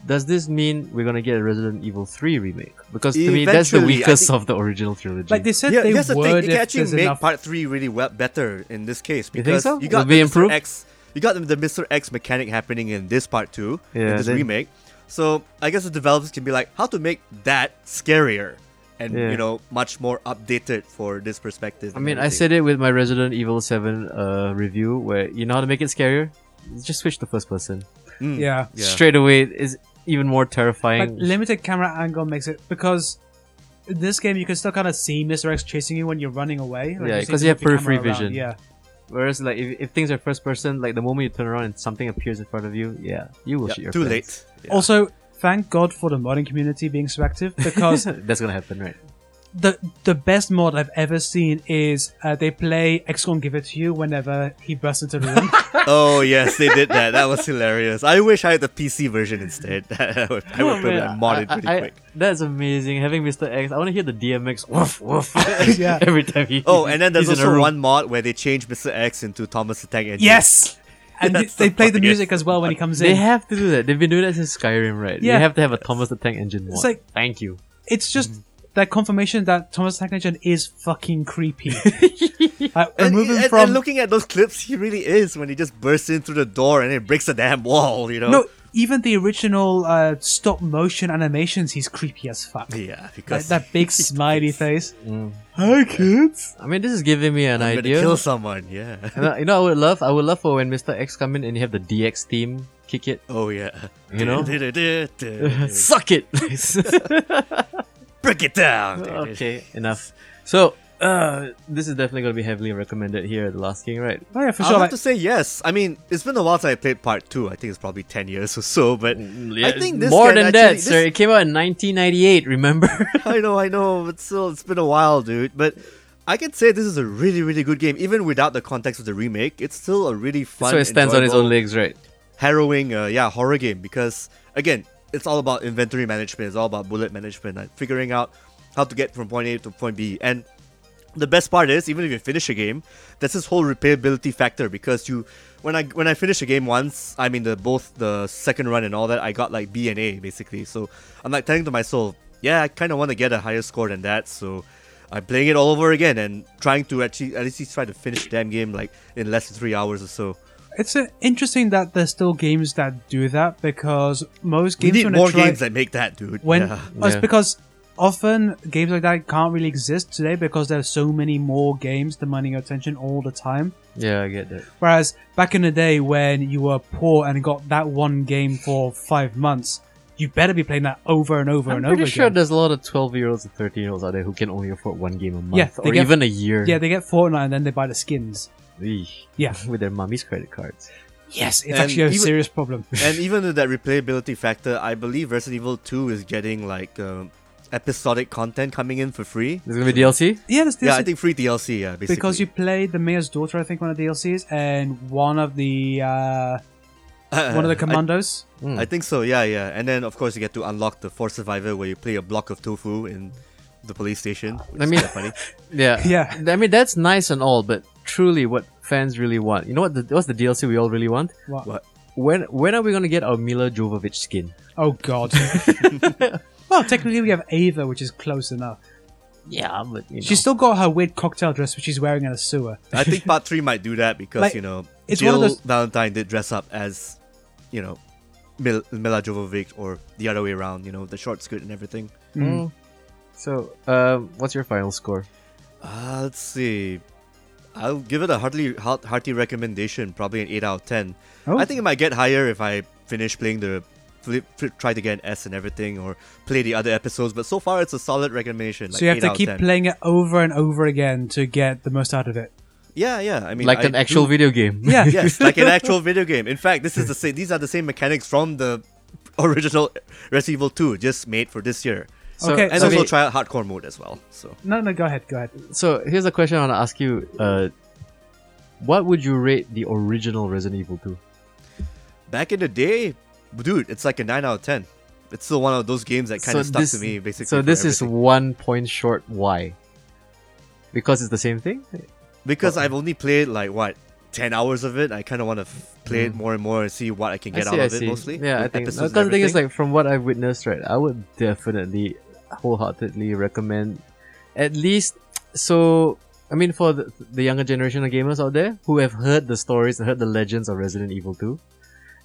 does this mean we're gonna get a Resident Evil 3 remake? Because to me, that's the Eventually, I weakest think- of the original trilogy. Like they said, Yeah, they here's the would thing. It can if actually there's make enough. part three really well better in this case You think because so? you got Will be the Mr. improved? X, you got the, the Mr. X mechanic happening in this part two Yeah, in this then- remake. So I guess the developers can be like, how to make that scarier and Yeah. you know much more updated for this perspective. I and mean, I everything. said it with my Resident Evil 7 uh, review, where you know how to make it scarier? Just switch to first person. Mm, yeah. yeah. Straight away is even more Like terrifying. limited camera angle makes it because in this game you can still kind of see Mr. X chasing you when you're running away. Like, Yeah, just need 'cause to you move have the camera periphery around. vision. Yeah, Whereas, like, if, if things are first person, like the moment you turn around and something appears in front of you, yeah, you will Yeah, shoot your too friends. late. Yeah. Also, thank God for the modding community being so active because That's gonna happen, right? the the best mod I've ever seen is uh, they play XCOM Give It To You whenever he bursts into the room. oh yes, they did that. That was hilarious. I wish I had the PC version instead. I would, I Oh, would probably have modded pretty quick. That's amazing. Having Mr. X, I want to hear the DMX woof woof Yeah. every time he. Oh, and then there's he's in a also room. one mod where they change Mr. X into Thomas the Tank Engine. yes, and That's they the play the funniest music as well when he comes They in. have to do that. They've been doing that since Skyrim, right? Yeah. They have to have a Thomas the Tank Engine mod. It's like- Thank you. it's just Mm-hmm. that confirmation that Thomas the Tank Engine is fucking creepy. uh, And, removing and- from and looking at those clips, he really is when he just bursts in through the door and it breaks the damn wall, you know? no, even the original uh, stop motion animations, he's creepy as fuck. Yeah, Mm. Like because that big smiley face. Hi kids. I mean, this is giving me an I'm idea. gonna kill someone, yeah. And, uh, you know, I would love, I would love for when Mr. X come in and you have the DX team kick it. Oh, yeah. You know? Break Suck it. it down! okay, enough. So. Uh, this is definitely gonna be heavily recommended here at the Last King, right? Oh yeah, for I'll sure. have Like, to say yes. I mean, it's been a while since I played part two. I think it's probably 10 years or so, but I think this Mm, more can than actually, that, this- sir. It came out in 1998. Remember? I know, I know, but still, it's been a while, dude. But I can say this is a really, really good game, even without the context of the remake. It's still a really fun, so it stands on its enjoyable, own legs, right? harrowing, uh, yeah, horror game. Because again, it's all about inventory management. It's all about bullet management, like figuring out how to get from point A to point B. And the best part is, even if you finish a game, there's this whole replayability factor because you, when I when I finish a game once, I mean the both the second run and all that, I got like B and A basically. So I'm like telling to myself, yeah, I kind of want to get a higher score than that. So I'm playing it all over again and trying to actually at least try to finish the damn game like in less than three hours or so. It's uh, interesting that there's still games that do that because most We games need when more I try, games that make that, dude. when yeah. Oh, it's Yeah. because often games like that can't really exist today because there's so many more games demanding your attention all the time. Yeah, I get that. Whereas back in the day when you were poor and got that one game for five months, you better be playing that over and over I'm and over pretty again. sure there's a lot of 12 year olds and 13 year olds out there who can only afford one game a month Yeah, they or get- even a year. yeah, they get Fortnite and then they buy the skins. Eesh. Yeah. with their mummy's credit cards. Yes, it's And actually a even- serious problem. and even with that replayability factor, I believe Resident Evil 2 is getting like um, episodic content coming in for free. There's gonna be DLC. yeah, there's, there's Yeah, I think free DLC, yeah, basically. because you played the mayor's daughter, I think one of the DLCs, and one of the uh, Uh, one of the commandos. I, I think so, yeah, yeah. And then, of course, you get to unlock the Force Survivor where you play a block of tofu in the police station. Which mean- is kinda funny. Yeah, Yeah. I mean that's nice and all, but truly, what fans really want, you know what? The, what's the DLC we all really want? What? What? When when are we gonna get our Mila Jovovich skin? Oh God. well, technically we have Ava, which is close enough. Yeah, but you know. She's still got her weird cocktail dress, which she's wearing in a sewer. I think part 3 might do that because, Like, you know, it's one Jill of those- Valentine did dress up as, you know, Mil- Mila Jovovich or the other way around, you know, the short skirt and everything. Mm. So, um, what's your final score? Uh, let's see. I'll give it a heartily heart- hearty recommendation, probably an 8 out of 10. Oh. I think it might get higher if I finish playing the. Flip, flip, try to get an S and everything, or play the other episodes. But so far, it's a solid recommendation. Like so you have 8 to out of keep 10. playing it over and over again to get the most out of it. Yeah, yeah. I mean, Like I an actual do- video game. Yeah. yes, like an actual video game. In fact, this is the same. These are the same mechanics from the original Resident Evil 2, just made for this year. So, Okay, And so also wait, try out hardcore mode as well. So No, no, go ahead, go ahead. so here's a question I want to ask you. Uh, what would you rate the original Resident Evil 2? back in the day, dude, it's like a nine out of ten. It's still one of those games that kind of stuck to me, basically. So for this is everything. one point short. Why? Because it's the same thing. because I've only played like what ten hours of it. I kind of want to f- play it more and more and see what I can get out of it mostly. Yeah, Mm. I with think. episodes Because and the thing is, everything. like, from what I've witnessed, right, I would definitely wholeheartedly recommend at least. So, I mean, for the, the younger generation of gamers out there who have heard the stories and heard the legends of Resident Evil 2,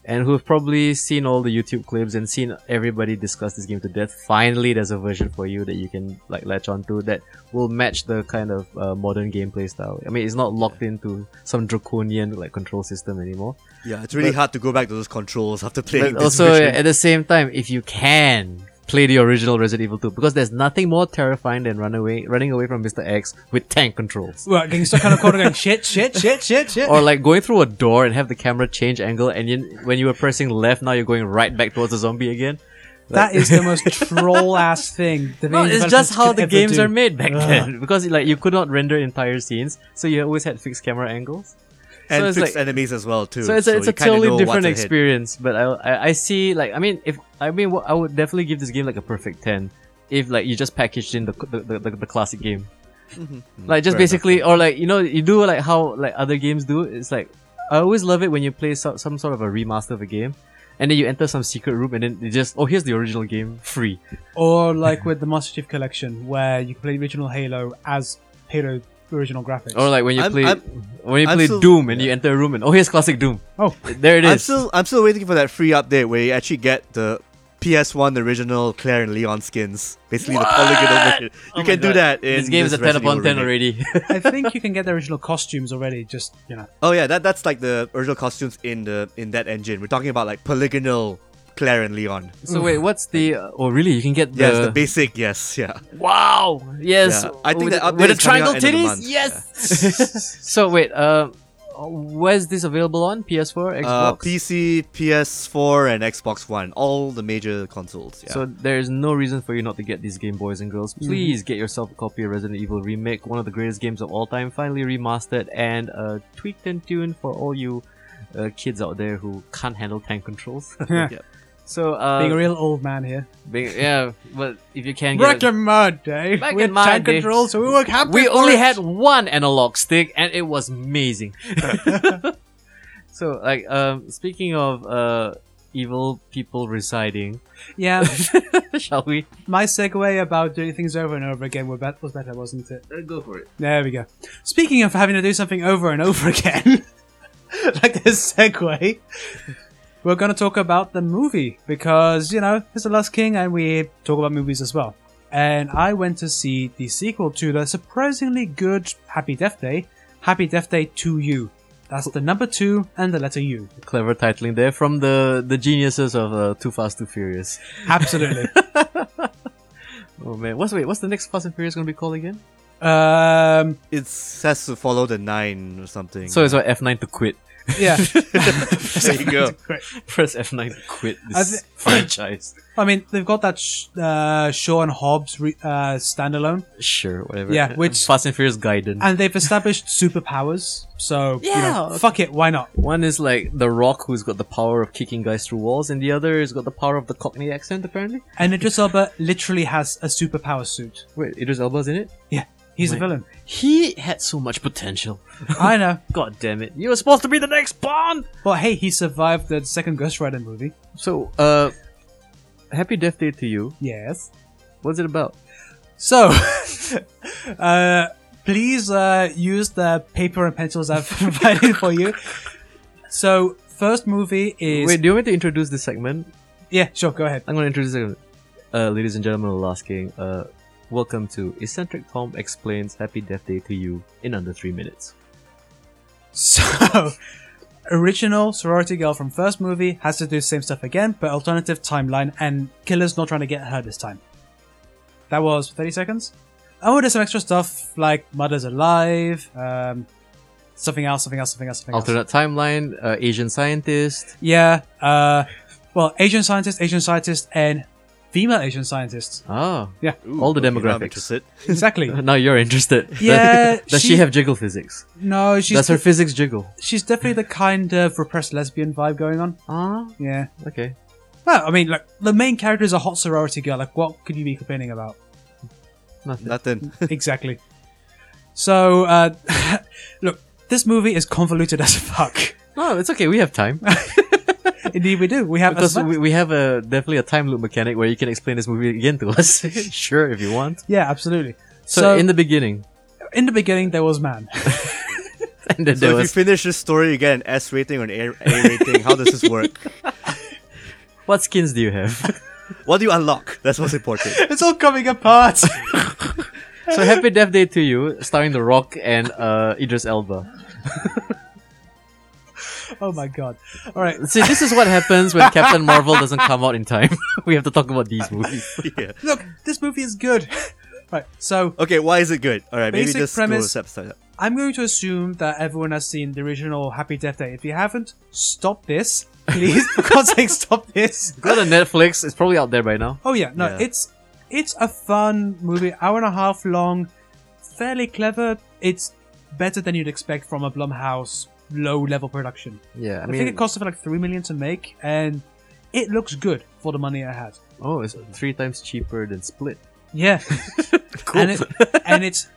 and who have probably seen all the YouTube clips and seen everybody discuss this game to death, finally there's a version for you that you can, like, latch onto that will match the kind of uh, modern gameplay style. I mean, it's not locked into some draconian, like, control system anymore. yeah, it's really hard to go back to those controls after playing. But this also version. at the same time, if you can play the original Resident Evil 2, because there's nothing more terrifying than run away, running away from Mr. X with tank controls. Right, getting stuck on a corner going, shit, shit, shit, shit, shit. Or like going through a door and have the camera change angle, and you, when you were pressing left, now you're going right back towards the zombie again. that is the most troll ass thing. The No, game it's developers just how could the ever games do. are made back then, because like you could not render entire scenes, so you always had fixed camera angles. and so it's fixed like- enemies as well too. So it's a, it's you a kinda know totally what different to hit. experience. But I, I I see like I mean if I mean wha- I would definitely give this game like a perfect ten if like you just packaged in the the, the, the, the classic game, Mm-hmm. like just fair enough, basically or like you know you do like how like other games do. It's like I always love it when you play some, some sort of a remaster of a game. And then you enter some secret room, and then they just oh here's the original game free. Or like with the Master Chief Collection, where you can play the original Halo as Halo original graphics. Or like when you I'm- play I'm- when you I'm play still- Doom, and you enter a room, and oh here's classic Doom. oh, There it I'm is. still I'm still waiting for that free update where you actually get the PS1 original Claire and Leon skins, basically the polygonal version. You Oh my can do God. that. In This game is a ten Resident Evil upon ten remake. already. I think you can get the original costumes already. Just you know, Oh yeah, that that's like the original costumes in the in that engine. We're talking about like polygonal Claire and Leon. So wait, what's the? uh, Oh, really? You can get the. Mm. Yes, the basic. Yes, yeah. wow. Yes. Yeah, I think with, that update with the is coming triangle out end of the titties. month, Yes. so wait, uh, where's this available on? PS4, Xbox. Uh, PC, PS4, and Xbox One, all the major consoles. Yeah. Mm-hmm. So there is no reason for you not to get these game, boys and girls. Please get yourself a copy of Resident Evil Remake, one of the greatest games of all time, finally remastered and uh, tweaked and tuned for all you uh, kids out there who can't handle tank controls. so uh, being a real old man here. big- yeah, but if you can get Back in my day, Back we in had my tank day. controls, so we were happy. we for only it. had one analog stick and it was amazing so like um speaking of uh evil people residing Yeah, shall we my segue about doing things over and over again were bet- was better, wasn't it? go for it There we go. Speaking of having to do something over and over again, like this segue, we're going to talk about the movie because, you know, it's The Last King and we talk about movies as well. And I went to see the sequel to the surprisingly good Happy Death Day, Happy Death Day to You. That's the number two and the letter U. clever titling there from the the geniuses of uh, too fast too furious Absolutely. oh man what's wait what's the next fast and furious gonna be called again um, it has to follow the nine or something. so it's what f9 to quit yeah. there you go. press f9 to quit I this thi- franchise I mean, they've got that sh- uh, Shaw and Hobbs re- uh, standalone. sure whatever Yeah, which- fast and furious guidance and they've established superpowers. So you know, Yeah. fuck it, why not? One is like The Rock, who's got the power of kicking guys through walls, and the other has got the power of the Cockney accent, apparently. And Idris Elba literally has a superpower suit. Wait, Idris Elba's in it? Yeah, he's Wait. a villain. He had so much potential. I know, God damn it. You were supposed to be the next Bond! but hey, he survived the second Ghost Rider movie. So, uh, happy death day to you. Yes. What's it about? So, uh, please uh, use the paper and pencils I've provided for you. So, first movie is Wait, do you want me to introduce this segment? yeah, sure, go ahead. I'm gonna introduce it. Uh, ladies and gentlemen, of the last game. Uh, welcome to Eccentric Tom Explains Happy Death Day to You in under three minutes. So, original sorority girl from first movie has to do the same stuff again, but alternative timeline, and killer's not trying to get her this time. That was 30 seconds. Oh, there's some extra stuff like Mother's Alive, um, something else, something else, something else, something else. Alternate timeline, uh, Asian scientist. Yeah, uh, well, Asian scientists, Asian scientists, and female Asian scientists. Oh. Yeah. Ooh, All the okay, now I'm demographics. interested. Exactly. now you're interested. Yeah, Does she, she- have jiggle physics? no, she's Does her physics jiggle? she's definitely the kind of repressed lesbian vibe going on. Ah, Yeah. okay. Well, I mean, like the main character is a hot sorority girl. Like, what could you be complaining about? Nothing. Nothing. exactly. So, uh, look, this movie is convoluted as fuck. No, Oh, it's okay. We have time Indeed, we do. We have because as much- we, we have a definitely a time loop mechanic where you can explain this movie again to us. sure, if you want. yeah, absolutely. So, So, in the beginning, in the beginning, there was man. and then there So if you was finish this story, you get an S rating or an A, A rating. How does this work? what skins do you have? What do you unlock? That's what's important. it's all coming apart. so Happy Death Day to you, starring The Rock and uh, Idris Elba. oh my god! All right, See, this is what happens when Captain Marvel doesn't come out in time. we have to talk about these movies. Yeah. look, this movie is good. right, so Okay, why is it good? All right, Basic maybe just premise- go step step. I'm going to assume that everyone has seen the original Happy Death Day. If you haven't, stop this, please. For God's sake, stop this. Go to Netflix. It's probably out there by now. Oh yeah, no, Yeah. it's it's a fun movie, hour and a half long, fairly clever. It's better than you'd expect from a Blumhouse low level production. Yeah, I I, mean, think it cost something like three million to make, and it looks good for the money it had. oh, it's three times cheaper than Split. Yeah, Cool. and, it, and it's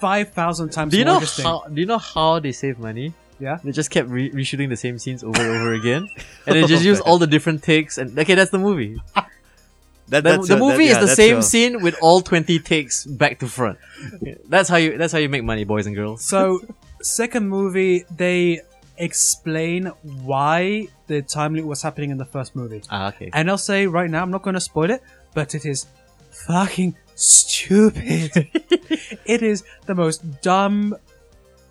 five thousand times do you more know interesting. how? Do you know how they save money? Yeah. They just kept re- reshooting the same scenes over and over again, and they just use all the different takes. And okay, that's the movie. That, The, that's the your- that- movie yeah, is the that's same your- scene with all twenty takes back to front. That's how you. That's how you make money, boys and girls. So, second movie, they explain why the time loop was happening in the first movie. Ah, okay. And I'll say right now, I'm not going to spoil it, but it is fucking stupid. it is the most dumb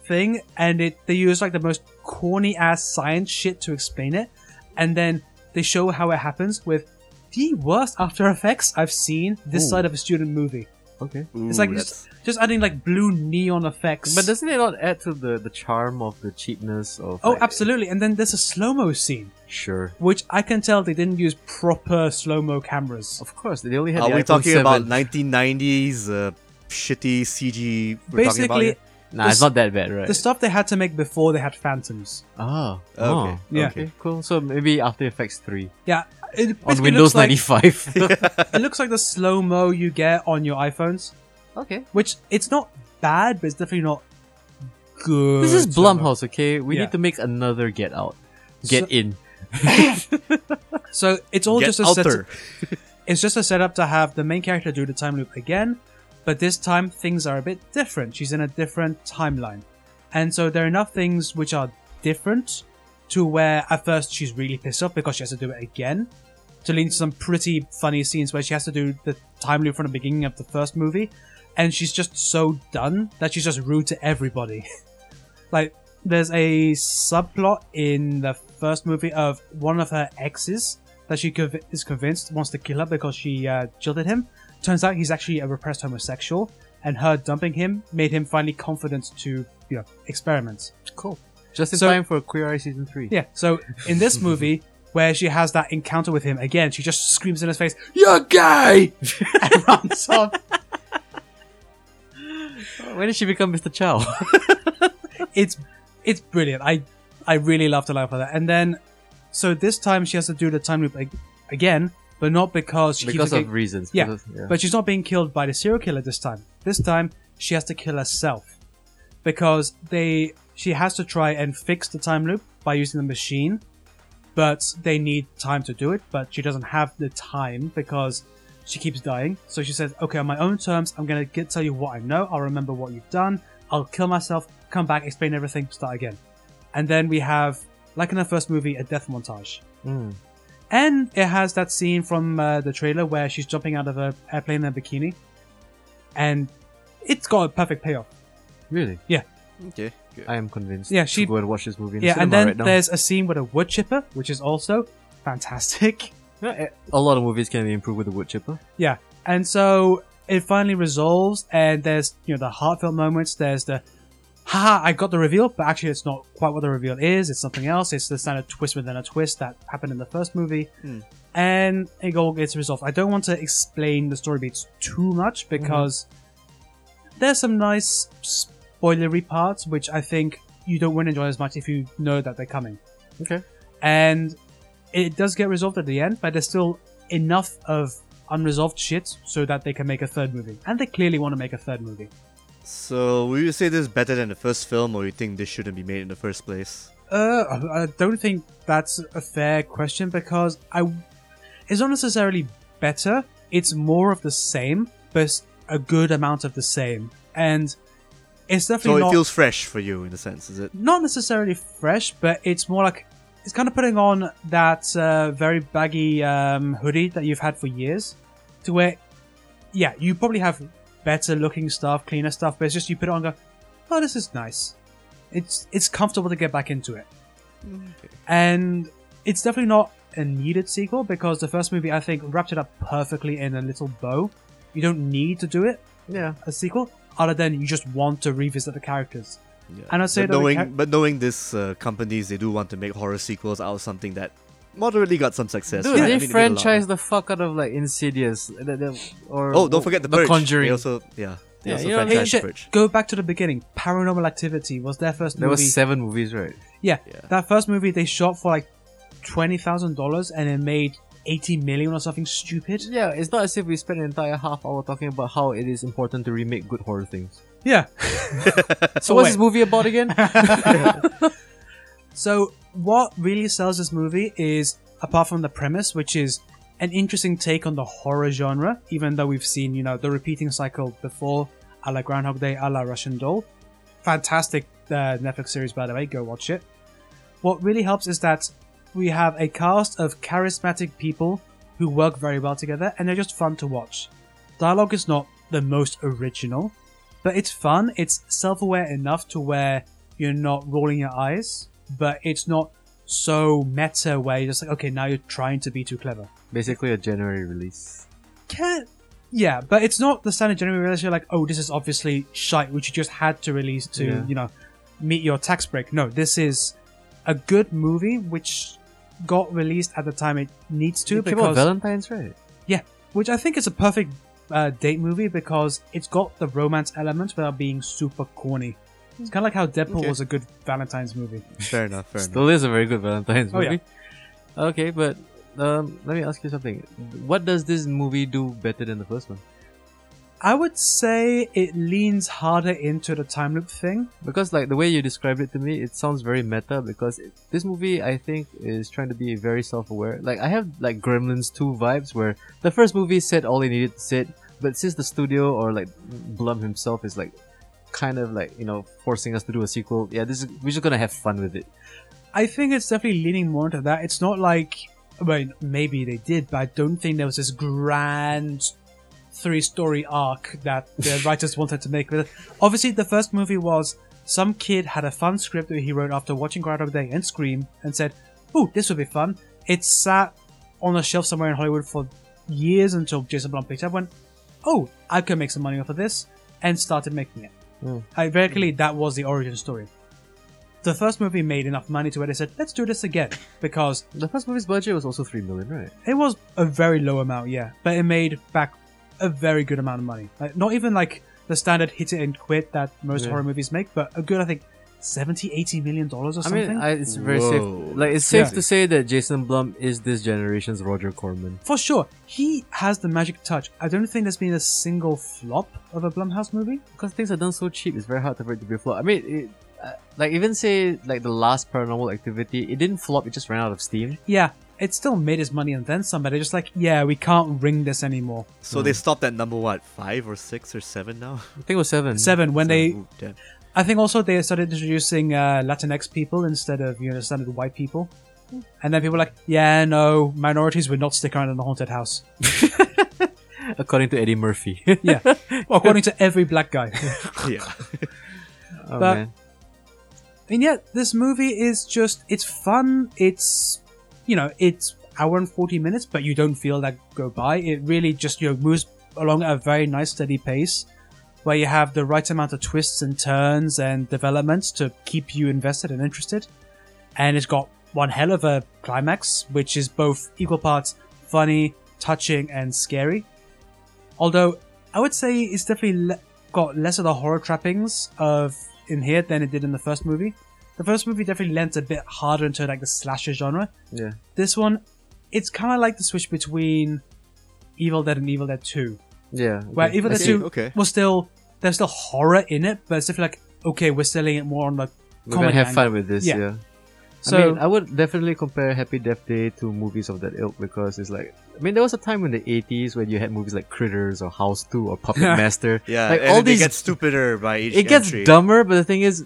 thing, and it they use like the most corny ass science shit to explain it, and then they show how it happens with the worst After Effects I've seen this Ooh. side of a student movie. Okay. Ooh, It's like that's- just, just adding like blue neon effects. But doesn't it not add to the, the charm of the cheapness of? oh, like- absolutely. And then there's a slow mo scene, Sure. which I can tell they didn't use proper slow mo cameras. Of course, they only had. Are the Uh, we iPhone talking 7. about 1990s uh, shitty CG? We're talking about Basically, here? Nah, it's the- not that bad, right? the stuff they had to make before they had phantoms. oh, Okay, oh, yeah. Okay. Cool. So maybe After Effects three Yeah, it on basically looks Windows like, ninety five. It looks like the slow mo you get on your iPhones, okay. which it's not bad, but it's definitely not good. This is slow-mo. Blumhouse, okay? We Yeah. need to make another Get Out. Get So- In. So it's all Get just a setup. outer. It's just a setup to have the main character do the time loop again, but this time things are a bit different. She's in a different timeline, and so there are enough things which are different to where at first she's really pissed off because she has to do it again. To lead to some pretty funny scenes where she has to do the time loop from the beginning of the first movie, and she's just so done that she's just rude to everybody. like there's a subplot in the first movie of one of her exes that she conv- is convinced wants to kill her because she uh, jilted him. Turns out he's actually a repressed homosexual, and her dumping him made him finally confident to you know experiment. Cool. Just in So- time for Queer Eye Season 3. Yeah. So in this movie. Where she has that encounter with him again, she just screams in his face, "You're gay!" and runs off. When did she become Mr. Chow? it's it's brilliant. I I really love the life of that. And then so this time she has to do the time loop ag- again, but not because she keeps because on of getting- reasons. Yeah, because of- but she's not being killed by the serial killer this time. This time she has to kill herself because they she has to try and fix the time loop by using the machine, but they need time to do it. But she doesn't have the time because she keeps dying. So she says, "Okay, on my own terms, I'm gonna get, tell you what I know. I'll remember what you've done. I'll kill myself. Come back, explain everything, start again." And then we have, like in the first movie, a death montage. Mm. And it has that scene from uh, the trailer where she's jumping out of a airplane in a bikini. And it's got a perfect payoff. Really? Okay. good. I am convinced. Yeah, to she- Go and watch this movie in yeah, the and cinema then right now. there's a scene with a wood chipper, which is also fantastic. Yeah, eh, a lot of movies can be improved with a wood chipper. And so it finally resolves, and there's, you know, the heartfelt moments, there's the haha, I got the reveal, but actually it's not quite what the reveal is. It's something else. It's the standard twist within a twist that happened in the first movie. And it all gets resolved. I don't want to explain the story beats too much because there's some nice spoilery parts which I think you don't want to enjoy as much if you know that they're coming. Okay. And it does get resolved at the end, but there's still enough of unresolved shit so that they can make a third movie. And they clearly want to make a third movie. So, will you say this is better than the first film, or you think this shouldn't be made in the first place? Uh, I- I don't think that's a fair question because I, it's not necessarily better. It's more of the same, but a good amount of the same, and it's So definitely it not feels fresh for you in a sense, is it? not necessarily fresh, but it's more like it's kind of putting on that uh, very baggy um, hoodie that you've had for years, to where, yeah, you probably have better looking stuff, cleaner stuff, but it's just you put it on, and go, oh, this is nice. It's it's comfortable to get back into it and it's definitely not a needed sequel because the first movie I think wrapped it up perfectly in a little bow. You don't need to do it Yeah. a sequel, other than you just want to revisit the characters. Yeah. And I'd say but that we knowing, can- but knowing this uh, companies, they do want to make horror sequels out of something that moderately got some success. Dude, right? I they mean, did a lot. franchise the fuck out of like Insidious. The- the- or Oh, don't forget the, the Purge. Conjuring. They also, yeah, they Yeah, also you know, hey, Hey, franchise shit, Purge. go back to the beginning. Paranormal Activity was their first there movie. was seven movies, right? yeah, Yeah. that first movie they shot for like twenty thousand dollars and it made eighty million or something stupid. Yeah, it's not as if we spent an entire half hour talking about how it is important to remake good horror things. Yeah. So Oh, what's wait. this movie about again? So, what really sells this movie is, apart from the premise, which is an interesting take on the horror genre, even though we've seen, you know, the repeating cycle before, a la Groundhog Day, a la Russian Doll. Fantastic uh, Netflix series, by the way, go watch it. What really helps is that we have a cast of charismatic people who work very well together and they're just fun to watch. Dialogue is not the most original, but it's fun. It's self aware enough to where you're not rolling your eyes, but it's not so meta where you're just like, okay, now you're trying to be too clever. Basically, a January release. Can't. Yeah, but it's not the standard general release. You're like, oh, this is obviously shite, which you just had to release to, Yeah. you know, meet your tax break. No, this is a good movie which got released at the time it needs to it came out because Valentine's, right? which I think is a perfect uh, date movie because it's got the romance element without being super corny. It's kind of like how Deadpool Okay. was a good Valentine's movie. Fair enough. Fair enough. Still is a very good Valentine's Oh, yeah. movie. Okay, but um, let me ask you something. What does this movie do better than the first one? I would say it leans harder into the time loop thing. Because like the way you described it to me, it sounds very meta. Because it, this movie, I think, is trying to be very self-aware. Like I have like Gremlins two vibes, where the first movie said all it needed to say, but since the studio or like Blum himself is like kind of like you know forcing us to do a sequel, yeah, this is, we're just gonna have fun with it. I think it's definitely leaning more into that. It's not like, I mean, maybe they did, but I don't think there was this grand three-story arc that the writers wanted to make. But Obviously, the first movie was some kid had a fun script that he wrote after watching Groundhog Day and Scream, and said, "Ooh, this would be fun." It sat on a shelf somewhere in Hollywood for years until Jason Blum picked it up, went, "Oh, I can make some money off of this," and started making it. Mm. I very clearly that was the origin story the first movie made enough money to where they said, let's do this again. Because The first movie's budget was also three million, right? it was a very low amount, yeah, but it made back a very good amount of money. Like, not even like the standard hit it and quit that most Yeah. horror movies make, but a good, I think, 70, 80 million dollars or I something. mean, I, it's very Whoa. safe. Like it's safe Yeah. to say that Jason Blum is this generation's Roger Corman. For sure, he has the magic touch. I don't think there's been a single flop of a Blumhouse movie. because things are done so cheap, it's very hard for it to be a flop. I mean, it, uh, like even say like the last Paranormal Activity, it didn't flop. It just ran out of steam. Yeah, it still made his money and then some, but they're just like, yeah, we can't ring this anymore. Mm, So they stopped at number what five or six or seven now. I think it was seven. Seven, when So, they ooh, damn. I think also they started introducing uh, Latinx people instead of you know standard white people, and then people were like, yeah, no, minorities would not stick around in the haunted house. according to Eddie Murphy. Yeah, well, according to every black guy. yeah. oh, But- man. And yet, this movie is just it's fun. It's you know it's hour and forty minutes, but you don't feel that go by. It really just you know moves along at a very nice steady pace. where you have the right amount of twists and turns and developments to keep you invested and interested. And it's got one hell of a climax, which is both equal parts funny, touching, and scary. Although I would say it's definitely le- got less of the horror trappings of in here than it did in the first movie. The first movie definitely lent a bit harder into like the slasher genre. Yeah. This one, it's kind of like the switch between Evil Dead and Evil Dead Two, Yeah. where okay. Evil I Dead see, Two okay. was still there's still horror in it, but it's definitely like okay, we're selling it more on the We're gonna comedy have angle. fun with this, Yeah. yeah. So I mean, I would definitely compare Happy Death Day to movies of that ilk because it's like, I mean, there was a time in the 80s when you had movies like Critters or House 2 or Puppet Master. Yeah, Like, and all it these. gets stupider by each. it gets entry. dumber, but the thing is,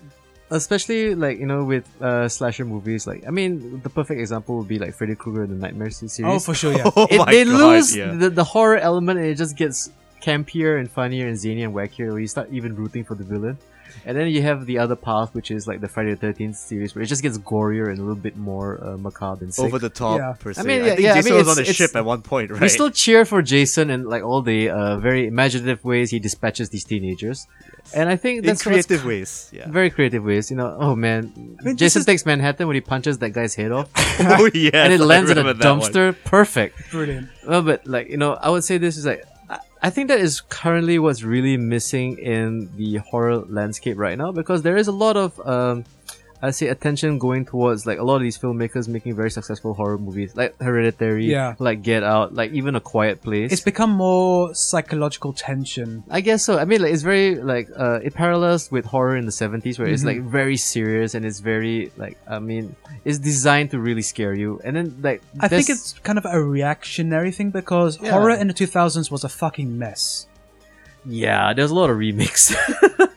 especially like, you know, with uh, slasher movies, like, I mean, the perfect example would be like Freddy Krueger, the Nightmare se- series. oh for sure, yeah. Oh it, my they God, lose yeah. the, the horror element and it just gets campier and funnier and zany and wackier where you start even rooting for the villain. And then you have the other path, which is like the Friday the 13th series, where it just gets gorier and a little bit more uh, macabre and sick. over the top Yeah. per se. I I, mean, yeah, think yeah, I Jason mean, was on a it's- ship it's- at one point, right? We still cheer for Jason and like all the uh, very imaginative ways he dispatches these teenagers. And I think in that's what's creative ways. Yeah. Very creative ways, you know. Oh man, mean, this Jason is- takes Manhattan when he punches that guy's head off, oh yeah. and it lands in a dumpster. Perfect. Brilliant. Well, but like you know, I would say this is like I, I think that is currently what's really missing in the horror landscape right now because there is a lot of um, I say attention going towards like a lot of these filmmakers making very successful horror movies like Hereditary, Yeah. like Get Out, like even A Quiet Place. It's become more psychological tension. I guess so. I mean, like it's very like uh, it parallels with horror in the seventies, where it's like Mm-hmm. very serious and it's very like I mean, it's designed to really scare you. And then like I think there's- it's kind of a reactionary thing because Yeah. horror in the 2000s was a fucking mess. yeah, there's a lot of remakes.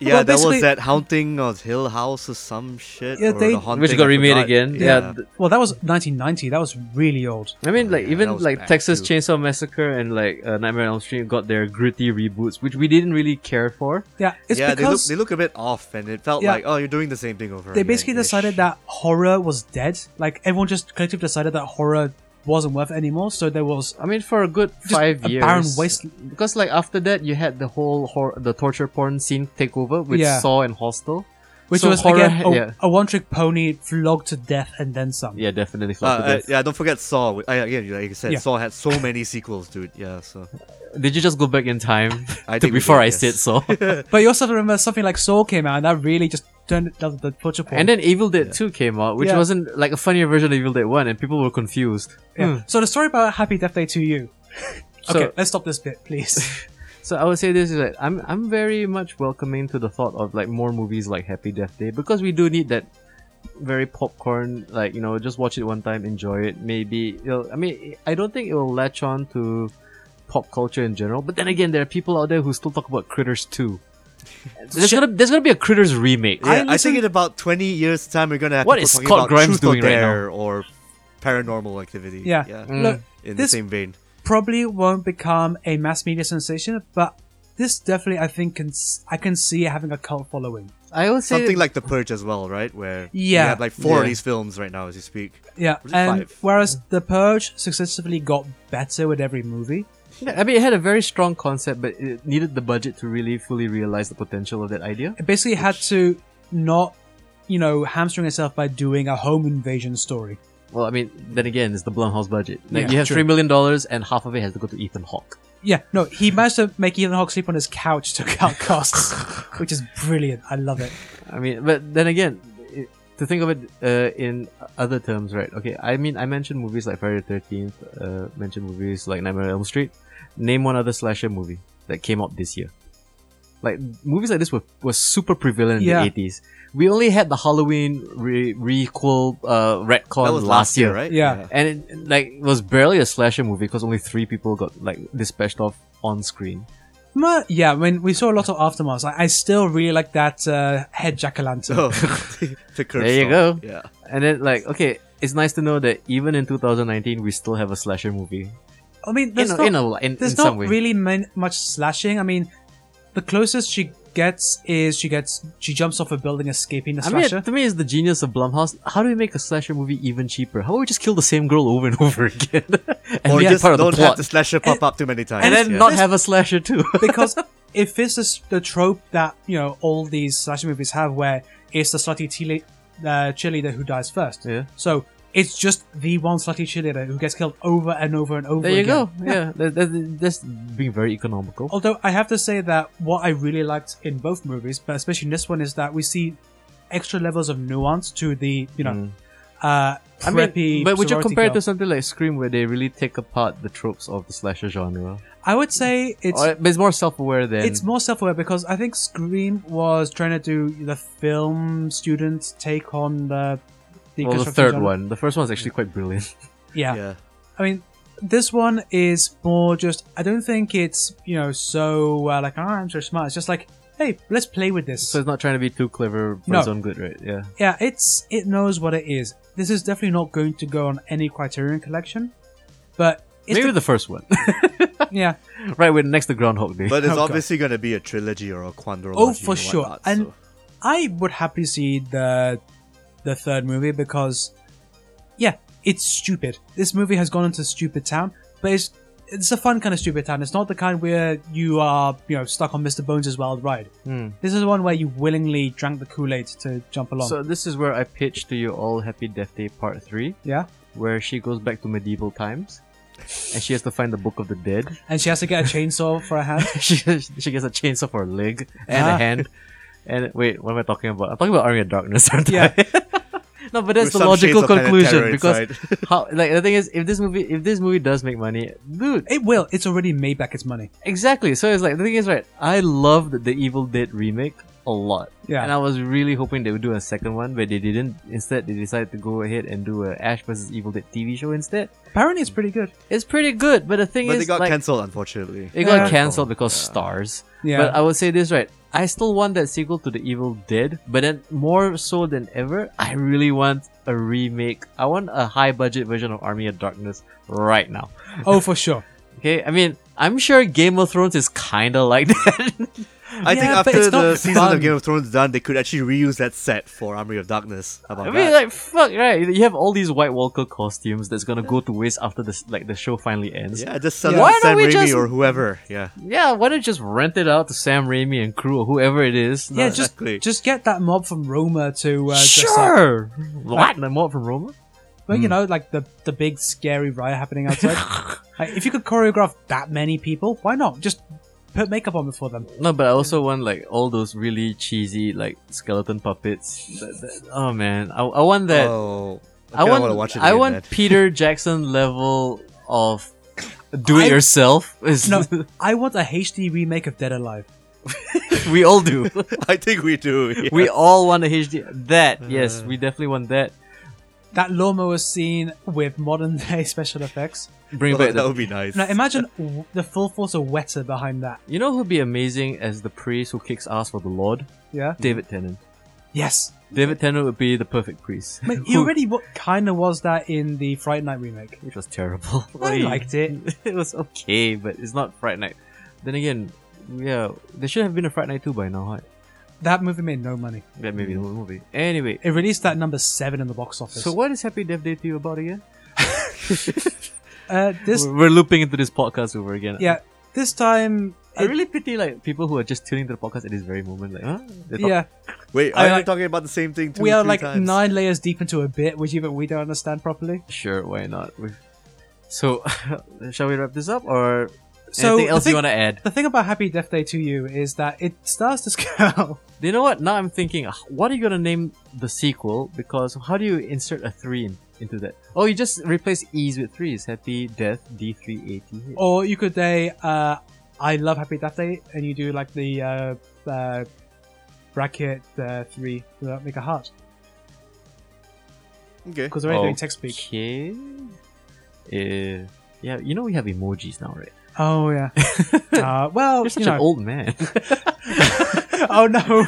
Yeah, Well, there basically- was that haunting of Hill House or some shit. Yeah, or they- the haunting, which got I remade forgot. again. Yeah. th- Well, that was 1990. That was really old. I mean, Oh, like yeah, that even was like bad Texas too. Chainsaw Massacre and like uh, Nightmare on Elm Street got their gritty reboots, which we didn't really care for. Yeah, it's yeah, they look, because they they, look a bit off, and it felt Yeah. like oh, you're doing the same thing over. again, basically ish. decided that horror was dead. Like everyone just collectively decided that horror wasn't worth it anymore. So there was I mean, for a good just five a years, barren waste. because like after that you had the whole hor- the torture porn scene takeover with Yeah. Saw and Hostel. Which So was horror- again oh. a, yeah. a one-trick pony flogged to death and then some. Yeah, definitely. Uh, Floppy uh, disk. yeah, don't forget Saw. wi- I, again, like you said, Yeah. Saw had so many sequels, dude. Yeah, so Did you just go back in time I to think we before did, I yes. said so? But you also have to remember something like Soul came out and that really just turned it down the torture porn. and then Evil Dead 2 came out, which Yeah. wasn't like a funnier version of Evil Dead 1, and people were confused. yeah. So the story about Happy Death Day to you. So- okay, let's stop this bit, please. So I would say this is like I'm I'm very much welcoming to the thought of like more movies like Happy Death Day because we do need that very popcorn like you know just watch it one time enjoy it maybe it'll, I mean I don't think it will latch on to pop culture in general but then again there are people out there who still talk about Critters 2. There's gonna there's gonna be a Critters remake. yeah, I, listen- think in about 20 years' time, we're gonna have What people is talking Scott about Truth Grimes doing or right Dare or paranormal activity. Yeah. Mm. yeah, Hmm. Look, in this- the same vein. probably won't become a mass media sensation, but this definitely, I think, can s- I can see it having a cult following. I would say Something like The Purge as well, right? Where Yeah. we have like four of Yeah. these films right now as you speak. Yeah, Was it and five? whereas The Purge successively got better with every movie, Yeah, I mean, it had a very strong concept, but it needed the budget to really fully realize the potential of that idea. it basically had to not, you know, hamstring itself by doing a home invasion story. Well, I mean, then again, it's the Blumhouse budget. Like, Yeah, you have true. three million dollars, and half of it has to go to Ethan Hawke. Yeah, no, he managed to make Ethan Hawke sleep on his couch to cut costs, which is brilliant. I love it. I mean, but then again, it, to think of it uh, in other terms, right? Okay, I mean, I mentioned movies like Friday the Thirteenth, uh, mentioned movies like Nightmare on Elm Street. Name one other slasher movie that came out this year. Like movies like this were, were super prevalent in Yeah. the eighties. We only had the Halloween re- requel uh, retcon That was last year, right? Yeah. and it, like it was barely a slasher movie because only three people got like dispatched off on screen. Ma- Yeah, I mean, we saw a lot of aftermaths. I, I still really like that uh, head jack o' lantern. Oh. So the curb There you stop. go. Yeah. And then like okay, it's nice to know that even in 2019 we still have a slasher movie. I mean, In, there's a- not, in a in, in there's some not way. really man- much slashing. I mean, the closest she gets is she gets she jumps off a building, escaping the I mean, slasher. to me, it's the genius of Blumhouse. How do we make a slasher movie even cheaper? How about we just kill the same girl over and over again, and Or make it just part of the don't have plot, the slasher pop up too many times. and then yeah. not have a slasher too? because it fits this, the trope that you know all these slasher movies have, where it's the slutty chili, uh, cheerleader who dies first. Yeah. So it's just the one slutty cheerleader who gets killed over and over and over. There you again. go. Yeah, that, that, that's being very economical. Although I have to say that what I really liked in both movies, but especially in this one, is that we see extra levels of nuance to the you know uh, Mm. I preppy. mean, but would you sorority compare it girl. to something like Scream, where they really take apart the tropes of the slasher genre? I would say it's Or- but it's more self-aware than it's more self-aware because I think Scream was trying to do the film students take on the the, well, the construction third genre. one. The first one's actually quite brilliant. Yeah. yeah. I mean, this one is more just. I don't think it's you know so uh, like oh, I'm so smart. It's just like hey, let's play with this. So it's not trying to be too clever for No. its own good, right? Yeah. yeah, it's it knows what it is. This is definitely not going to go on any Criterion collection, but it's Maybe the first one, the- yeah. right? We're next to Groundhog Day. But it's Oh, God. obviously going to be a trilogy or a quandrology. Oh, for and sure. whatnot, and so- I would happily see the the third movie because, yeah, it's stupid. This movie has gone into stupid town, but it's it's a fun kind of stupid town. It's not the kind where you are you know stuck on Mr. Bones' wild ride. Hmm. This is the one where you willingly drank the Kool Aid to jump along. So this is where I pitched to you all Happy Death Day Part Three, yeah, where she goes back to medieval times, and she has to find the Book of the Dead. and she has to get a chainsaw for a hand. she she gets a chainsaw for a leg and a Ah. hand. And wait, what am I talking about? I'm talking about Army of Darkness, aren't Yeah. I? no, but with that's the some shades logical of Planet conclusion Terror because inside. how like the thing is, if this movie if this movie does make money, dude, It will. It's already made back its money. exactly. So it's like the thing is, right? I loved the Evil Dead remake a lot, Yeah. and I was really hoping they would do a second one, but they didn't. Instead, they decided to go ahead and do a Ash versus Evil Dead TV show instead. Apparently, it's pretty good. It's pretty good, but the thing but is, they got like, cancelled, unfortunately. it got Yeah. cancelled because stars. Yeah. But uh, I would say this right. I still want that sequel to The Evil Dead, but then more so than ever, I really want a remake. I want a high budget version of Army of Darkness right now. oh, for sure. Okay, I mean, I'm sure Game of Thrones is kinda like that. I think Yeah, but after it's not the season fun. of Game of Thrones done, they could actually reuse that set for Army of Darkness. How About I that? mean, like fuck, right? You have all these White Walker costumes that's gonna go to waste after this, like the show finally ends. yeah, just sell Yeah. it Why to don't Sam we Raimi just- or whoever. Yeah. Yeah, why don't you just rent it out to Sam Raimi and crew or whoever it is? Yeah, No, just exactly. just get that mob from Roma to uh, dress up. sure. What? The mob from Roma? But Hmm. you know, like the the big scary riot happening outside. like, if you could choreograph that many people, why not just put makeup on before them? No, but I also want like all those really cheesy like skeleton puppets. That- that- oh man, I, I want that. oh, okay, I want. to watch it. I again, want man. Peter Jackson level of do it I- yourself. Is- No, I want a HD remake of Dead Alive. we all do. I think we do. yeah. We all want a HD. Uh. That yes, we definitely want that. That lawnmower scene with modern day special effects. Bring Well, back that the. would be nice. Now imagine w- the full force of Weta behind that. You know who'd be amazing as the priest who kicks ass for the Lord? Yeah. David Tennant. Yes. David Tennant would be the perfect priest, But he already what kind of was that in the Fright Night remake. which was terrible. I Like- liked it. it was okay, but it's not Fright Night. Then again, yeah, there should have been a Fright Night 2 by now, right? That movie made no money. That Mm. may be the whole movie. Anyway, It released that number seven in the box office. so what is Happy Death Day to you about again? Uh, this, We're we're looping into this podcast over again. yeah, this time. I really pity like people who are just tuning to the podcast at this very moment. Like, huh? They talk- yeah, Wait, I are we like- talking about the same thing? Two, we are three like times? nine layers deep into a bit, which even we don't understand properly. Sure, why not? We- So, shall we wrap this up or So, anything the else you thing- want to add? The thing about Happy Death Day to you is that it stars this girl. You know what? Now I'm thinking, ah, what are you gonna name the sequel? Because how do you insert a three in, into that? Oh, you just replace E's with threes. Happy Death D three eighty. or you could say, uh, "I love Happy Death Day," and you do like the uh, uh, bracket uh, three uh, make a heart Okay. because we're already Oh. doing text speak. Okay. Eh, yeah, you know we have emojis now, right? Oh yeah. uh, well, You're such you know. an old man. oh no,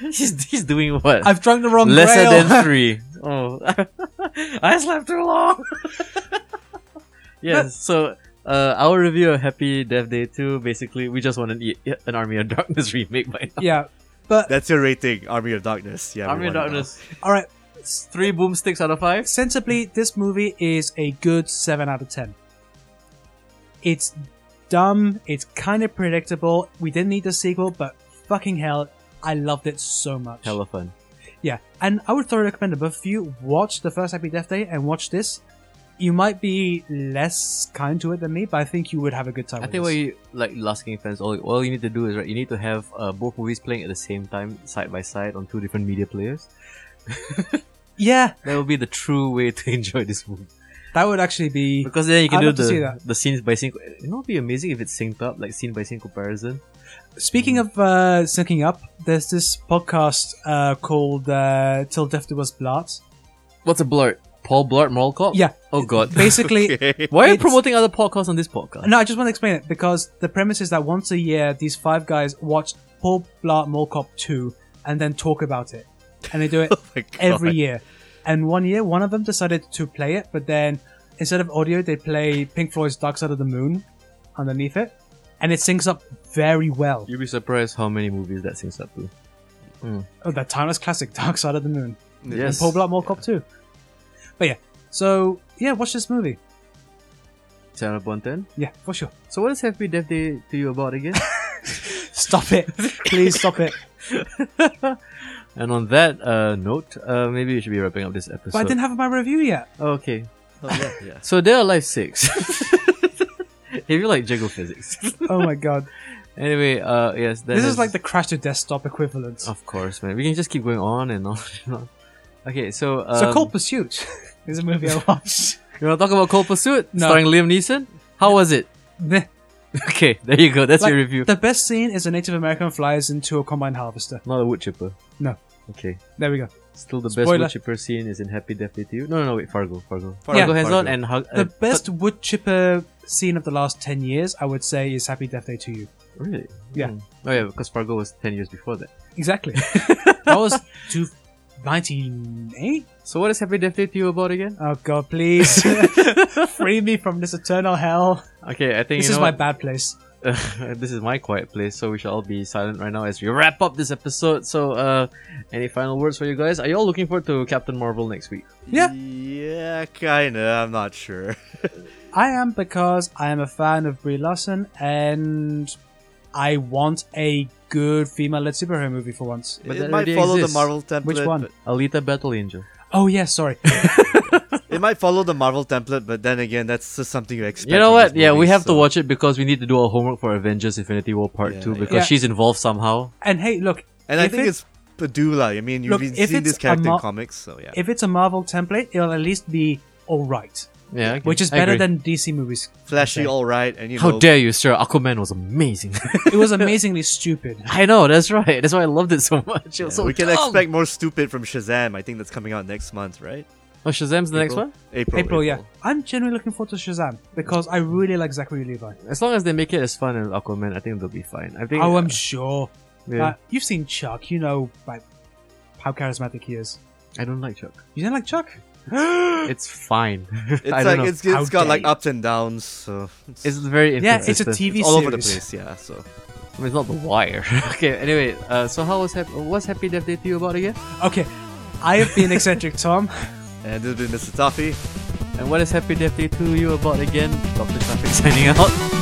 he's, he's doing what? I've drunk the wrong Lesser Oh, grail. than three. Oh, I slept too long. yes. So uh, our review of Happy Death Day two basically we just want an, e- an Army of Darkness remake by now. yeah, but That's your rating, Army of Darkness. Yeah, we Army of want it now. Darkness. all right. Three boomsticks out of five. Sensibly, this movie is a good seven out of ten. It's dumb. It's kind of predictable. We didn't need the sequel, but fucking hell, I loved it so much. Hella fun. Yeah, and I would thoroughly recommend it. But if you watch the first Happy Death Day and watch this, you might be less kind to it than me, but I think you would have a good time. I with think this. what you like Last King fans, all, all you need to do is right. You need to have uh, both movies playing at the same time, side by side, on two different media players. yeah, That will be the true way to enjoy this movie. that would actually be. Because then you can I'd do love to see the, that. the scenes by scene. It would be amazing if it's synced up, like scene by scene comparison. Speaking of uh, syncing up, there's this podcast uh, called uh, "Till Death Do Us Blart." What's a blurt? Paul Blart Moral Cop? Yeah. Oh god. Basically, Okay. Why are you it's- promoting other podcasts on this podcast? No, I just want to explain it because the premise is that once a year, these five guys watch Paul Blart Mall Cop 2 and then talk about it. And they do it Oh my God. every year. And one year, one of them decided to play it, but then instead of audio, they play Pink Floyd's Dark Side of the Moon underneath it. And it syncs up very well. You'd be surprised how many movies that syncs up to. Oh, that timeless classic, Dark Side of the Moon. Yes. Paul Blart Mall Cop 2. But yeah, so yeah, watch this movie. 10 upon 10. Yeah, for sure. So what is Happy Death Day to you about again? Stop it. Please stop it. and on that uh, note, uh, maybe we should be wrapping up this episode. But I didn't have my review yet. Oh, okay. Oh, yeah, yeah. So Dead or Alive 6. if you like jiggle physics. Oh my god. anyway, uh, yes. That This is like the crash to desktop equivalent. Of course, man. We can just keep going on and on and on. Okay, so... Um, so Cold Pursuit is a movie I watched. You want to talk about Cold Pursuit? No. Starring Liam Neeson? How was it? Meh. Okay, there you go. That's Like, your review. The best scene is a Native American flies into a combine harvester. Not a wood chipper. No. Okay. There we go. Still the best Spoiler. wood chipper scene is in Happy Death Day to You. No, no, no, wait. Fargo. Fargo. Fargo, Fargo, hands on Fargo. and... Hug, The uh, best wood chipper scene of the last 10 years, I would say, is Happy Death Day to You. but- really? Yeah. Hmm. Oh, yeah, because Fargo was 10 years before that. Exactly. that was two, 1998? So what is Happy Death Day to You about again? Oh god, please. Free me from this eternal hell. Okay, I think This you is know my what? bad place. this is my quiet place, so we shall all be silent right now as we wrap up this episode. So, uh, any final words for you guys? Are you all looking forward to Captain Marvel next week? Yeah. Yeah, kinda. I'm not sure. I am because I am a fan of Brie Larson and I want a good female led superhero movie for once. But that it might already follow exists. the Marvel template. Which one? but- Alita Battle Angel. Oh yeah, sorry. It might follow the Marvel template, but then again, that's just something you expect. You know from what? these Yeah, we movies, have to so- watch it because we need to do our homework for Avengers Infinity War Part Yeah, 2 yeah. because Yeah. she's involved somehow. And hey, look, And I If think it- it's Padula. I mean, you've Look, been if seeing it's this character a mar- in comics, so yeah. if it's a Marvel template, it'll at least be all right, Yeah, okay. which is I better agree. than DC movies. Flashy, all right, and you How know, dare you, sir? Aquaman was amazing. It was amazingly stupid. I know, that's right. That's why I loved it so much. It yeah, was so we can dumb. expect more stupid from Shazam. I think that's coming out next month, right? Oh, Shazam's the next April? one? April. April, yeah, I'm genuinely looking forward to Shazam because I really like Zachary Levi. As long as they make it as fun as Aquaman, I think they'll be fine. I think. Oh, I'm sure. yeah. Uh, you've seen Chuck, you know like, how charismatic he is. I don't like Chuck. You don't like Chuck? It's fine. It's I like don't know. it's, How it's got like dare you. ups and downs, so it's, It's very Yeah, it's a inconsistent. TV it's all over the series. place. Yeah, so I mean, it's not the wire. okay. Anyway, uh, so how was hap- what's Happy Death Day to you about again? Okay, I have been eccentric, Tom. and this has been Mr. Toffee. And what is Happy Death Day to you about again? Doctor Traffic signing out.